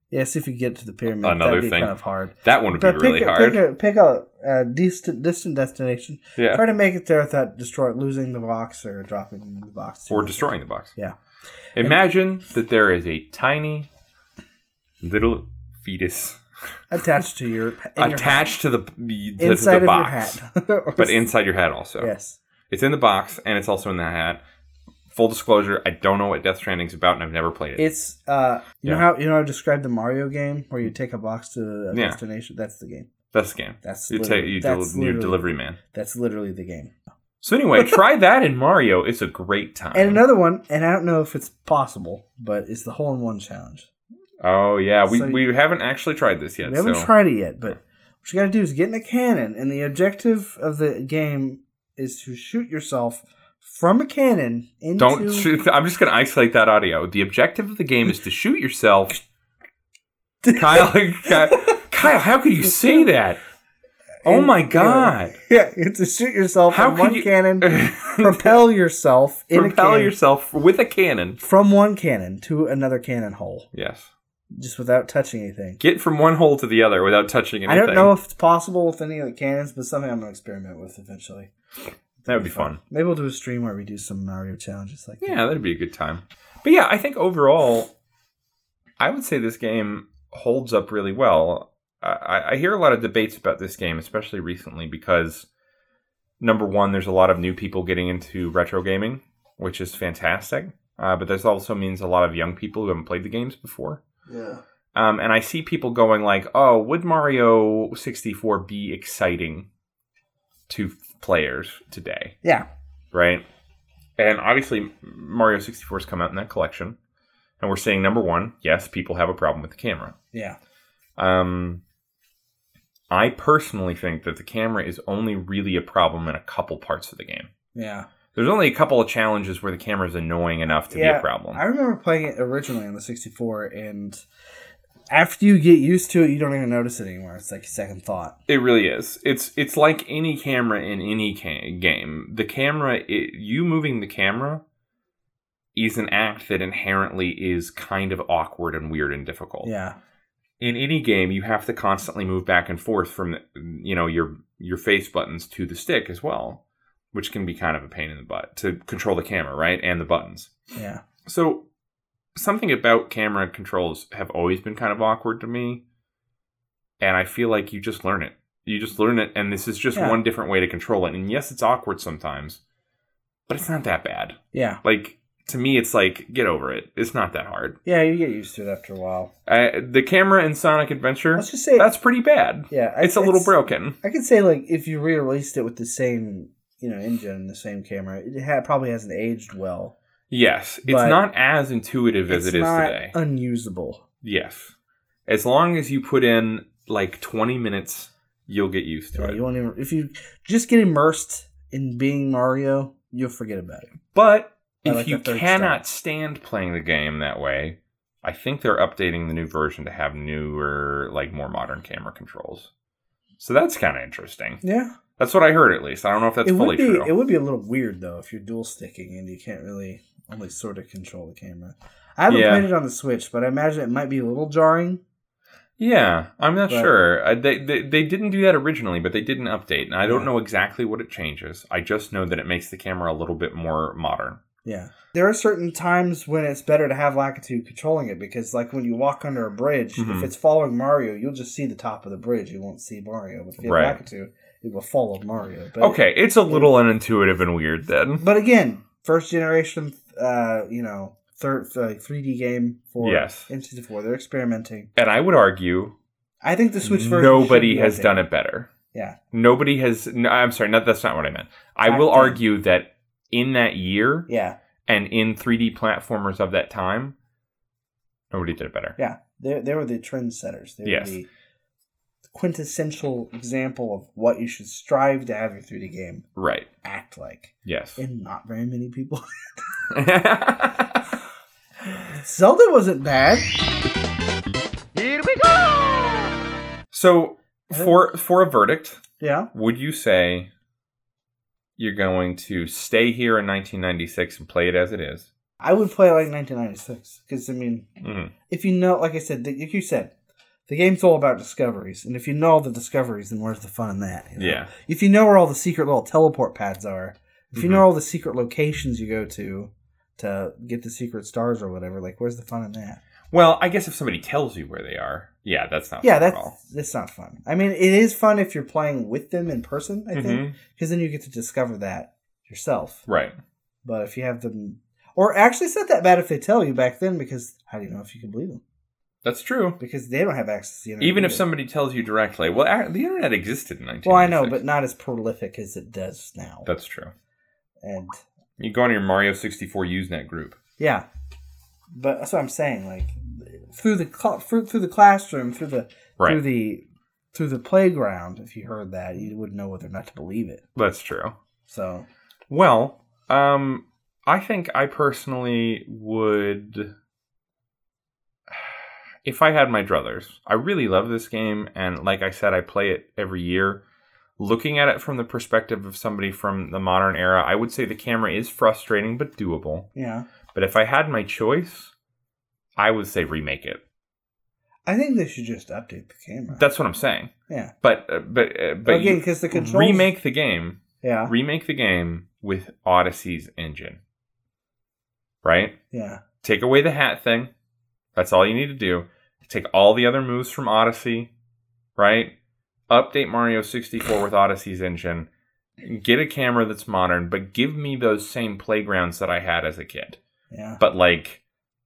yeah. See if you get to the pyramid. Another That'd be thing. kind of hard. that one would be But really pick, a- hard. pick a pick a, uh distant distant destination. yeah. Try to make it there without destroy losing the box or dropping the box Or destroying the box. Yeah. Imagine that there is a tiny little fetus attached to your in your hat. attached to the, the, to inside the of box, your hat, but inside your hat also. yes, It's in the box and it's also in the hat. Full disclosure, I don't know what Death Stranding's about and I've never played it. it's uh, you know Yeah. how you know how I described the Mario game where you take a box to a Yeah. destination. That's the game. that's the game. That's You literally- take you that's del- your literally- delivery man. That's literally the game. So anyway, try that in Mario. It's a great time. And another one, and I don't know if it's possible, but it's the hole in one challenge. Oh yeah, we, So- we haven't actually tried this yet. we haven't so. tried it yet, but what you got to do is get in a cannon, and the objective of the game is to shoot yourself from a cannon into. Don't shoot. I'm just going to isolate that audio. The objective of the game is to shoot yourself. Kyle, Kyle, Kyle, how could you say that? Oh my god! Yeah, it's to shoot yourself How from could one you cannon, propel yourself in a propel cannon, yourself with a cannon? from one cannon to another cannon hole, Yes. just without touching anything. Get from one hole to the other without touching anything. I don't know if it's possible with any of the cannons, but something I'm gonna experiment with eventually. That would be fun. Maybe we'll do a stream where we do some Mario challenges like that. Yeah, that'd be a good time. But yeah, I think overall, I would say this game holds up really well. I- I, I hear a lot of debates about this game, especially recently, because number one, there's a lot of new people getting into retro gaming, which is fantastic. Uh, but this also means a lot of young people who haven't played the games before. Yeah. Um, and I see people going like, "Oh, would Mario 64 be exciting to players today?" Yeah. right? And obviously, Mario 64 has come out in that collection. And we're seeing number one, yes, people have a problem with the camera. Yeah. Um, I personally think that the camera is only really a problem in a couple parts of the game. Yeah. There's only a couple of challenges where the camera is annoying enough to be Yeah, a problem. I remember playing it originally on the 64, and after you get used to it, you don't even notice it anymore. It's like second thought. It really is. It's it's like any camera in any ca- game. The camera, it, you moving the camera, is an act that inherently is kind of awkward and weird and difficult. Yeah. in any game you have to constantly move back and forth from you know your your face buttons to the stick as well which can be kind of a pain in the butt to control the camera right and the buttons Yeah. so something about camera controls have always been kind of awkward to me and i feel like you just learn it you just learn it and this is just Yeah. one different way to control it and yes it's awkward sometimes but it's not that bad Yeah. like to me it's like get over it it's not that hard Yeah, you get used to it after a while. I, the camera in sonic adventure Let's just say that's pretty bad Yeah. I- it's a little broken. I could say, like, if you re released it with the same, you know, engine and the same camera, it ha- probably hasn't aged well. Yes, it's But not as intuitive as it's it is not today. unusable. yes, as long as you put in like twenty minutes, you'll get used to Yeah, it. you won't even, if you just get immersed in being Mario, you'll forget about it. but By, if like, you the third cannot stand playing the game that way, I think they're updating the new version to have newer, like more modern camera controls. So that's kind of interesting. Yeah. That's what I heard, at least. I don't know if that's it fully would be true. it would be a little weird though if you're dual sticking and you can't really only sort of control the camera. I haven't Yeah. played it on the Switch, but I imagine it might be a little jarring. Yeah, I'm not But- sure. Uh, they, they they didn't do that originally, but they did an update, and I don't Yeah. know exactly what it changes. I just know that it makes the camera a little bit more modern. Yeah, there are certain times when it's better to have Lakitu controlling it because, like, when you walk under a bridge, Mhm. if it's following Mario, you'll just see the top of the bridge. You won't see Mario. But if you have Right. Lakitu, it will follow Mario. But Okay, it's a little unintuitive and weird then. but again, first generation, uh, you know, third uh, like 3D game for Yes. N64. They're experimenting. and I would argue I think the Switch version nobody has done it better. Yeah. Nobody has. No, I'm sorry, not, that's not what I meant. I Back will then. argue that in that year Yeah. and in 3D platformers of that time, nobody did it better. Yeah, they they were the trendsetters. They Yes. were the quintessential example of what you should strive to have your 3D game Right. act like, Yes. and not very many people. Zelda wasn't bad. Here we go! so for for a verdict, Yeah, would you say you're going to stay here in 1996 and play it as it is? I would play like 1996 because I mean, Mhm. if you know, like I said, the, like you said, the game's all about discoveries, and if you know all the discoveries, then where's the fun in that? you know? Yeah. If you know where all the secret little teleport pads are, if Mm-hmm. you know all the secret locations you go to to get the secret stars or whatever, like where's the fun in that? Well, I guess if somebody tells you where they are, yeah, that's not yeah, fun at that's all. that's not fun. I mean, it is fun if you're playing with them in person. I think Mhm. because then you get to discover that yourself. right. But if you have them, or actually, it's not that bad if they tell you back then because how do you know if you can believe them? That's true. Because they don't have access to the internet. Even if either. somebody tells you directly, well, ac- the internet existed in 1996. well, I know, but not as prolific as it does now. that's true. and You go on your Mario 64 Usenet group. yeah, but that's what I'm saying. Like through the cl- through, through the classroom, through the Right. through the through the playground. If you heard that, you would know whether or not to believe it. That's true. So Well, um, I think I personally would, if I had my druthers, I really love this game, and like I said, I play it every year. Looking at it from the perspective of somebody from the modern era, I would say the camera is frustrating but doable. yeah, But if I had my choice, I would say remake it. I think they should just update the camera. That's what I'm saying. yeah, But uh, but uh, but again you- because the controls remake the game, Yeah, remake the game with Odyssey's engine, right? yeah, take away the hat thing. That's all you need to do. Take all the other moves from Odyssey, right? Update Mario 64 with Odyssey's engine. Get a camera that's modern, but give me those same playgrounds that I had as a kid. yeah. But like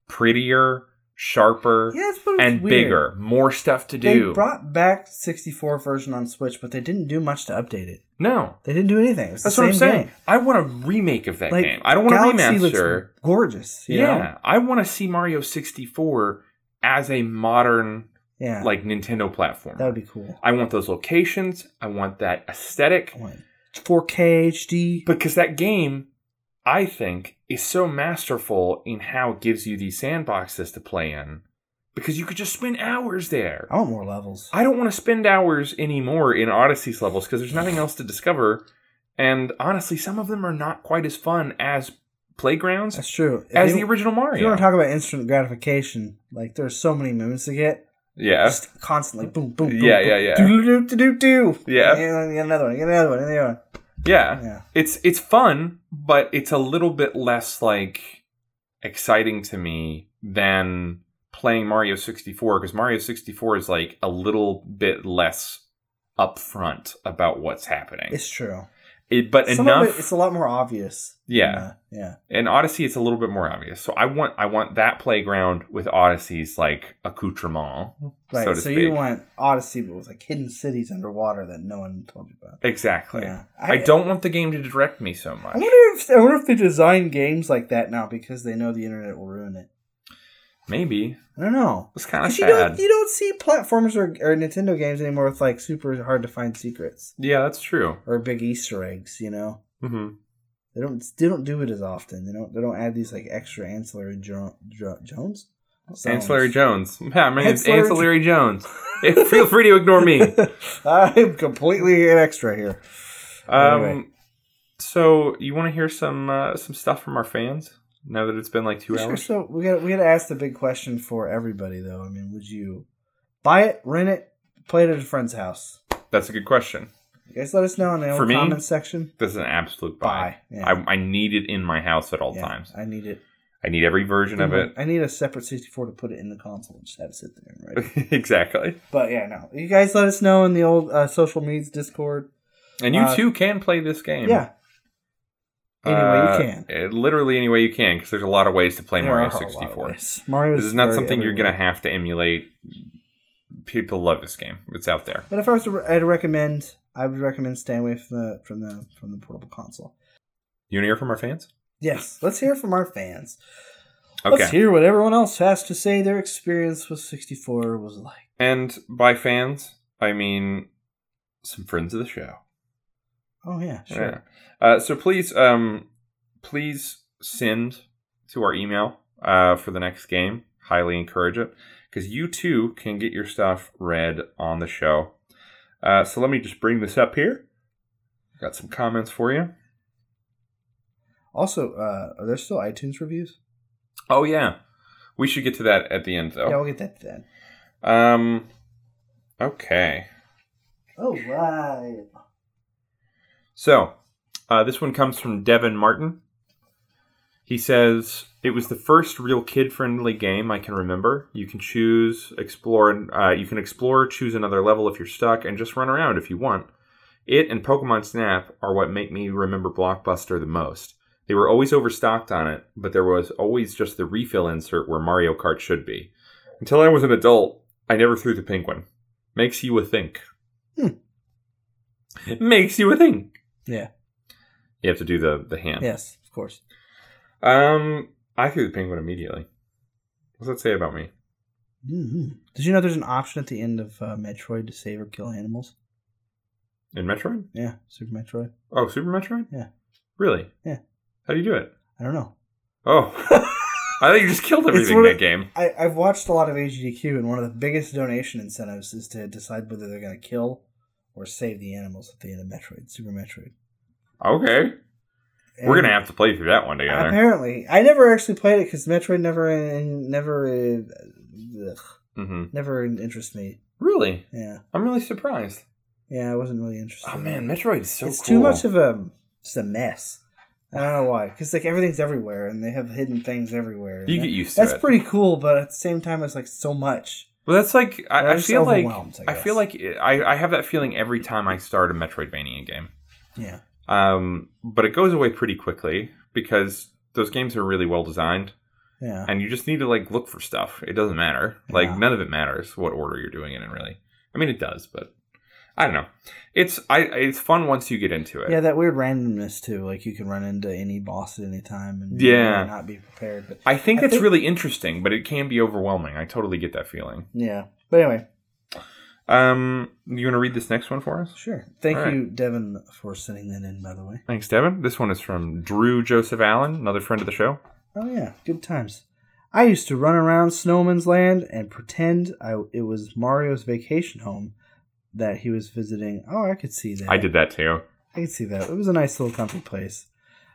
prettier, sharper, yeah, that's what was and weird. bigger. More stuff to They do. brought back 64 version on Switch, but they didn't do much to update it. no. They didn't do anything. It was the That's what I'm same saying. game. I want a remake of that game. I don't want Galaxy a looks remaster. gorgeous. you Yeah. know? I want to see Mario 64 as a modern yeah. like Nintendo platform. that would be cool. I want those locations. I want that aesthetic I want 4K HD. because that game, I think, is so masterful in how it gives you these sandboxes to play in because you could just spend hours there. I want more levels. I don't want to spend hours anymore in Odyssey's levels because there's nothing else to discover. And honestly, some of them are not quite as fun as playgrounds That's true. If as you- the original If you Mario. want to talk about instant gratification, like there's so many moves to get, yeah. just constantly boom, boom, boom. Yeah, boom, yeah, yeah. Do do do do. Yeah. And then another one. Get another one. and Another one. yeah. Yeah. it's it's fun, but it's a little bit less like exciting to me than playing Mario 64 because Mario 64 is like a little bit less upfront about what's happening. It's true. It, but Some enough. of it, it's a lot more obvious. Yeah. Uh, yeah. in Odyssey, it's a little bit more obvious. So I want I want that playground with Odyssey's like accoutrement, Right. So, so to speak. you want Odyssey, but with like hidden cities underwater that no one told you about. exactly. Yeah. I, don't want the game to direct me so much. I wonder if I wonder if they design games like that now because they know the internet will ruin it. Maybe I don't know. it's kind of 'Cause you sad. don't you don't see platformers or, or Nintendo games anymore with like super hard to find secrets yeah, that's true. or big Easter eggs. You know hmm they don't they don't do it as often. They don't they don't add these like extra ancillary jo- jo- Jones. Sounds. Ancillary Jones. Yeah, my name's Ancillary- Ancillary Jones. Feel free to ignore me. I'm completely an extra here. Um, Anyway. So you want to hear some uh, some stuff from our fans now that it's been like two Sure, hours? So we got we got to ask the big question for everybody though. I mean, would you buy it, rent it, play it at a friend's house? That's a good question. You guys, let us know in the For old me, comments section. This is an absolute buy. Buy, yeah. I, I need it in my house at all Yeah, Mm-hmm. times. I need it. I need every version of it. I need a separate 64 to put it in the console and just have it sit there and write. it. exactly. but yeah, no. You guys, let us know in the old uh, social medias Discord. And you Uh, too can play this game. Yeah, any way Uh, you can. it- literally any way you can, because there's a lot of ways to play There Mario are a lot of 64. ways. Mario This is not very something you're everywhere. gonna have to emulate. People love this game. It's out there. But if I was to, I'd recommend, I would recommend staying away from the from the from the portable console. You want to hear from our fans? Yes, let's hear from our fans. Okay. Let's hear what everyone else has to say their experience with 64 was like. And by fans, I mean some friends of the show. Oh yeah, sure. Yeah. Uh, so please, um, please send to our email uh, for the next game. Highly encourage it because you too can get your stuff read on the show. Uh, so let me just bring this up here. Got some comments for you. Also, uh, are there still iTunes reviews? Oh yeah, we should get to that at the end Yeah, though. we'll get that then. Um, okay. Oh right. So, uh, this one comes from Devin Martin. He says, It was the first real kid-friendly game I can remember. You can choose, explore, and uh, you can explore, choose another level if you're stuck, and just run around if you want. It and Pokemon Snap are what make me remember Blockbuster the most. They were always overstocked on it, but there was always just the refill insert where Mario Kart should be. Until I was an adult, I never threw the penguin. Makes you a think. Makes you a think. Yeah. You have to do the the hand. Yes, of course. Um, I threw the penguin immediately. What does that say about me? Mhm. Did you know there's an option at the end of uh, Metroid to save or kill animals? In Metroid? Yeah, Super Metroid. Oh, Super Metroid? Yeah. Really? Yeah. How do you do it? I don't know. Oh. I thought you just killed everything in one that of- game. I, I've watched a lot of AGDQ, and one of the biggest donation incentives is to decide whether they're going to kill or save the animals at the end of Metroid, Super Metroid. Okay. We're going And to have to play through that one together. Apparently, I never actually played it because Metroid never, uh, never, uh, ugh, hmm never interested me. Really? Yeah, I'm really surprised. yeah, I wasn't really interested. Oh, in man. it. Metroid's so it's cool. too much of a just a mess. I don't know why, because like everything's everywhere, and they have hidden things everywhere. You And that- get used to That's it. pretty cool, but at the same time, it's like so much. Well, that's like I'm I, I just feel like overwhelmed, I I, feel guess. like I, I have that feeling every time I start a Metroidvania game. Yeah, Um, but it goes away pretty quickly because those games are really well designed, yeah. and you just need to like look for stuff. It doesn't matter. Like Yeah. none of it matters what order you're doing it in. Really, I mean it does, but I don't know. It's I it's fun once you get into it. Yeah, that weird randomness too. Like you can run into any boss at any time and Yeah. not be prepared. But I think I that's think- really interesting, but it can be overwhelming. I totally get that feeling. yeah. But anyway, Um, you want to read this next one for us? sure. Thank All right. you, Devin, for sending that in. By the way. Thanks, Devin. This one is from Drew Joseph Allen, another friend of the show. Oh yeah, good times. I used to run around Snowman's Land and pretend I it was Mario's vacation home that he was visiting. Oh, I could see that. I did that too. I could see that. It was a nice little comfy place.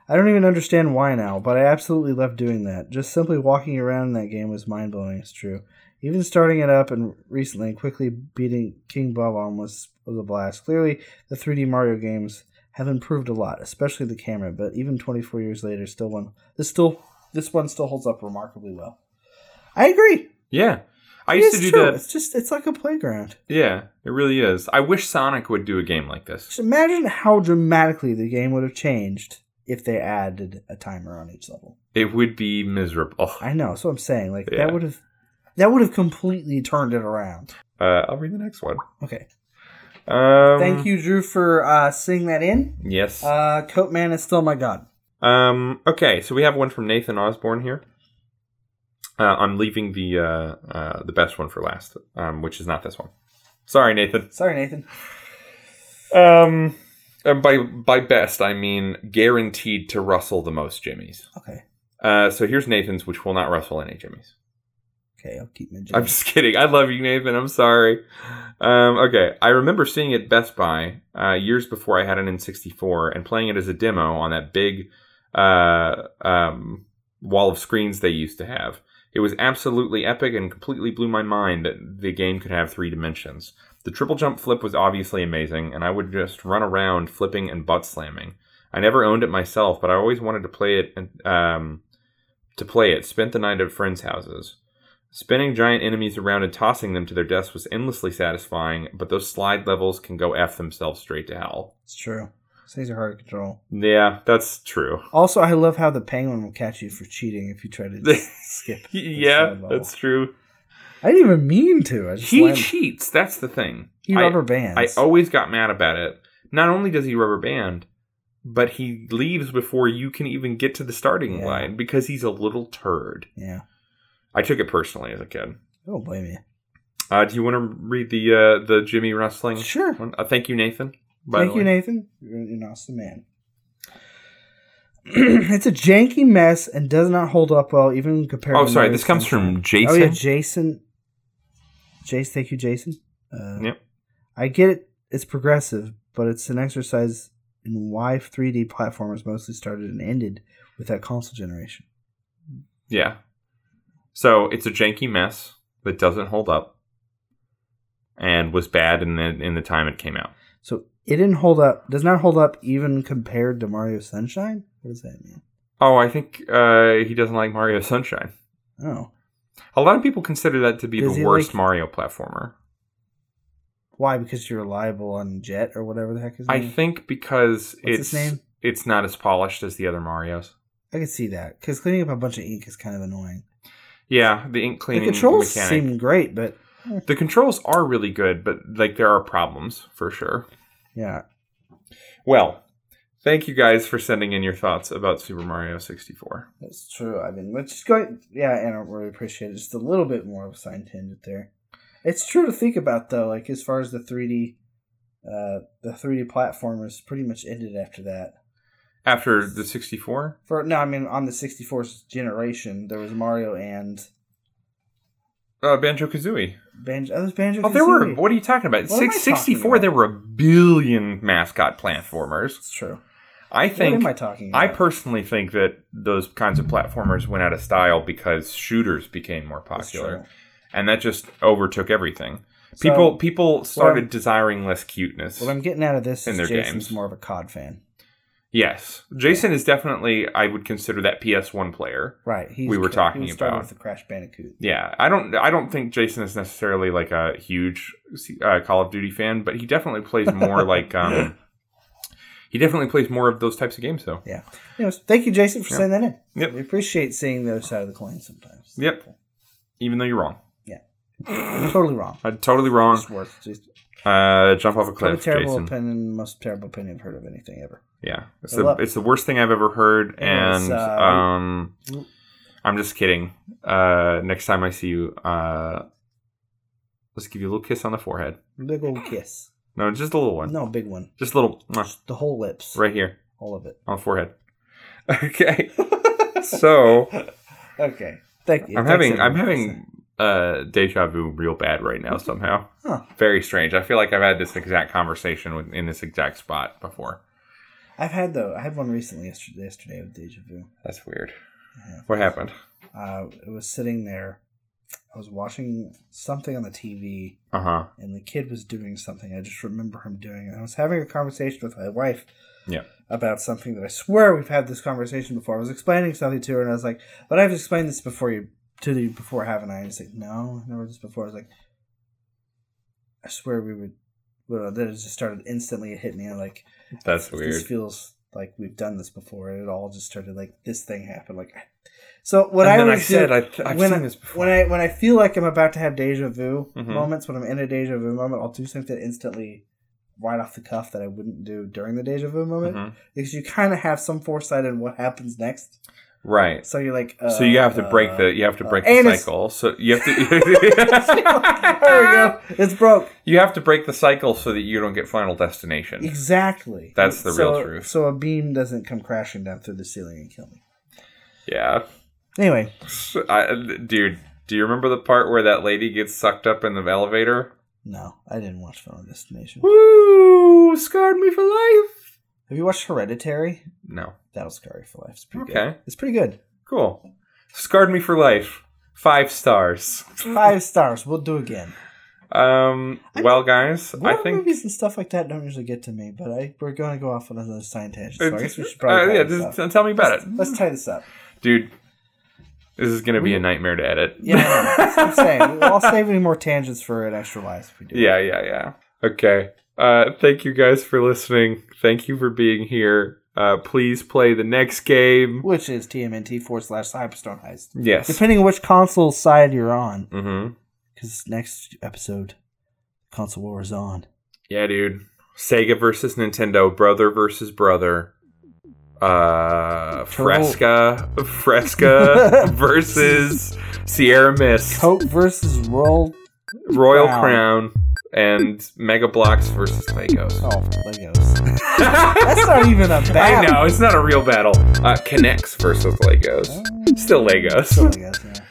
I don't even understand why now, but I absolutely loved doing that. Just simply walking around in that game was mind blowing. It's true. Even starting it up and recently and quickly beating King Bob on was, was a blast. Clearly, the 3D Mario games have improved a lot, especially the camera. But even 24 years later, still one this still this one still holds up remarkably well. I agree. Yeah, I It used is to do true. that. It's just it's like a playground. Yeah, it really is. I wish Sonic would do a game like Just this. imagine how dramatically the game would have changed if they added a timer on each level. It would be miserable. I know. So I'm saying like Yeah. that would have that would have completely turned it around. Uh, I'll read the next one. Okay. Um, Thank you, Drew, for uh, singing that in. Yes. Uh, Coat Man is still my god. um, okay, so we have one from Nathan Osborne here. Uh, I'm leaving the uh, uh, the best one for last, um, which is not this one. Sorry, Nathan. Sorry, Nathan. Um, and by by best, I mean guaranteed to rustle the most jimmies. Okay. Uh, so here's Nathan's, which will not rustle any jimmies. Okay, I'll keep my. I'm just kidding. I love you, Nathan. I'm sorry. Um, okay, I remember seeing it Best Buy uh, years before I had an N64 and playing it as a demo on that big uh, um, wall of screens they used to have. It was absolutely epic and completely blew my mind that the game could have three dimensions. The triple jump flip was obviously amazing, and I would just run around flipping and butt slamming. I never owned it myself, but I always wanted to play it. And, um, to play it, spent the night at friends' houses. Spinning giant enemies around and tossing them to their deaths was endlessly satisfying, but those slide levels can go F themselves straight to hell. It's true. These Things are hard to control. Yeah, that's true. Also, I love how the penguin will catch you for cheating if you try to just skip. the yeah, slide level. that's true. I didn't even mean to. I just He slammed- cheats, that's the thing. he I- rubber bands. I always got mad about it. Not only does he rubber band, but he leaves before you can even get to the starting Yeah. line because he's a little turd. yeah. I took it personally as a kid. I Don't blame you. Uh, do you want to read the uh, the Jimmy wrestling? Sure. One? Uh, thank you, Nathan. by Thank the you, way. Nathan. You're an awesome man. it's a janky mess and does not hold up well, even compared. Oh, to sorry. Mario's This comes from Sunshine. Jason. Oh yeah, Jason. Jason, thank you, Jason. Uh, Yep. I get it. It's progressive, but it's an exercise in why 3D platformers mostly started and ended with that console generation. Yeah. So it's a janky mess that doesn't hold up and was bad in the in the time it came out. So it didn't hold up. Does not hold up even compared to Mario Sunshine. What does that mean? Oh, I think uh, he doesn't like Mario Sunshine. Oh, A lot of people consider that to be Does the he worst like- Mario platformer. why? Because you're liable on Jet or whatever the heck his I name. think because What's his it's name? is. it's not as polished as the other Mario's. I can see that because cleaning up a bunch of ink is kind of annoying. Yeah, the ink cleaning the controls mechanic. seem great, but The controls are really good, but like there are problems for sure. yeah, Well, thank you guys for sending in your thoughts about Super Mario 64. that's true. I mean, let's just go. Yeah, and I really appreciate it. Just a little bit more of a sign tangent there. It's true to think about though. Like as far as the 3D, uh, the 3D platformers pretty much ended after that. After the 64, For no, I mean on the 64th generation, there was Mario and uh, Banjo Kazooie. Banjo. Oh, there's Banjo. Oh, there were. What are you talking about? What am I Six, 64, talking about? there were a billion mascot platformers. It's true. I think. what am I talking? About? I personally think that those kinds of platformers went out of style because shooters became more It's true. popular, and that just overtook everything. So, people people started I'm- desiring less cuteness. What I'm getting out of this In is their Jason's games. more of a COD fan. Yes, Jason is definitely I would consider that PS1 player. Right. He's We were he talking was starting about- with the Crash Bandicoot. Yeah, I don't I don't think Jason is necessarily like a huge uh, Call of Duty fan, but he definitely plays more like um, he definitely plays more of those types of games though. Yeah. Anyways, thank you, Jason, for Yeah. sending that in. Yep. We appreciate seeing the other side of the coin sometimes. Yep. Even though you're wrong, I'm totally wrong. I'm totally wrong. It's worth just Uh, jump off a probably cliff, terrible Jason. opinion, most terrible opinion I've heard of anything ever. Yeah, it's I the love- it's the worst thing I've ever heard, It is, and uh, um, I'm just kidding. Uh, next time I see you, uh, let's give you a little kiss on the forehead. Big old kiss. No, just a little one. No, big one. Just a little mwah, The whole lips. right here All of it. on the forehead. Okay, so okay. Thank you. I'm Thanks, having everyone. I'm having uh, deja vu real bad right now somehow. Huh. Very strange. I feel like I've had this exact conversation with, in this exact spot before. I've had though. I had one recently yesterday. Yesterday with deja vu. That's weird. Yeah. What happened? Uh, it was sitting there. I was watching something on the TV, Uh huh. and the kid was doing something. I just remember him doing it. I was having a conversation with my wife. Yeah. About something that I swear we've had this conversation before. I was explaining something to her, and I was like, "But I've explained this before you to you before, haven't I?" And she's like, "No, I've never done this before." I was like, "I swear we would." Well, then it just started instantly. It hit me. I'm like, That's This weird. feels like we've done this before. It all just started like this thing happened. Like, so what and I then I always said do, I th- I've when seen I, this before. When I when I feel like I'm about to have deja vu Mhm. moments, when I'm in a deja vu moment, I'll do something instantly right off the cuff that I wouldn't do during the deja vu moment Mhm. because you kind of have some foresight in what happens next. Right. So you're like, uh, so you have to break uh, the you have to uh, break the anus. cycle. So you have to there we go. It's broke. You have to break the cycle so that you don't get Final Destination. Exactly. That's the real So- truth. So a beam doesn't come crashing down through the ceiling and kill me. Yeah, Anyway, I, dude. Do you remember the part where that lady gets sucked up in the elevator? no, I didn't watch Final Destination. Woo! Scarred me for life. Have you watched Hereditary? No. That'll scar you for life. It's pretty good. Okay. It's pretty good. Cool. Scarred me for life. Five stars. Five stars. We'll do again. Um. I well, guys, I War think movies and stuff like that don't usually get to me, but I we're going to go off on another science tangent. So I guess we should Uh, probably. yeah, tie this just up. t- tell me about it. Let's tie this up. dude this is gonna be a nightmare to edit Yeah, I know. that's what I'm saying. I'll save any more tangents for an extra life if we do. yeah yeah yeah okay uh thank you guys for listening thank you for being here uh please play the next game Which is TMNT forward slash Cyberstone Heist. yes Depending on which console side you're on, mm-hmm. because next episode, console war is on. yeah dude sega versus nintendo brother versus brother uh fresca fresca versus sierra mist Cope versus Roll. royal Crown. crown and mega blocks versus legos Oh, Legos. That's not even a I bad. Oh. know, it's not a real battle. Uh, Connects versus Legos. Still Legos. Still Legos, yeah.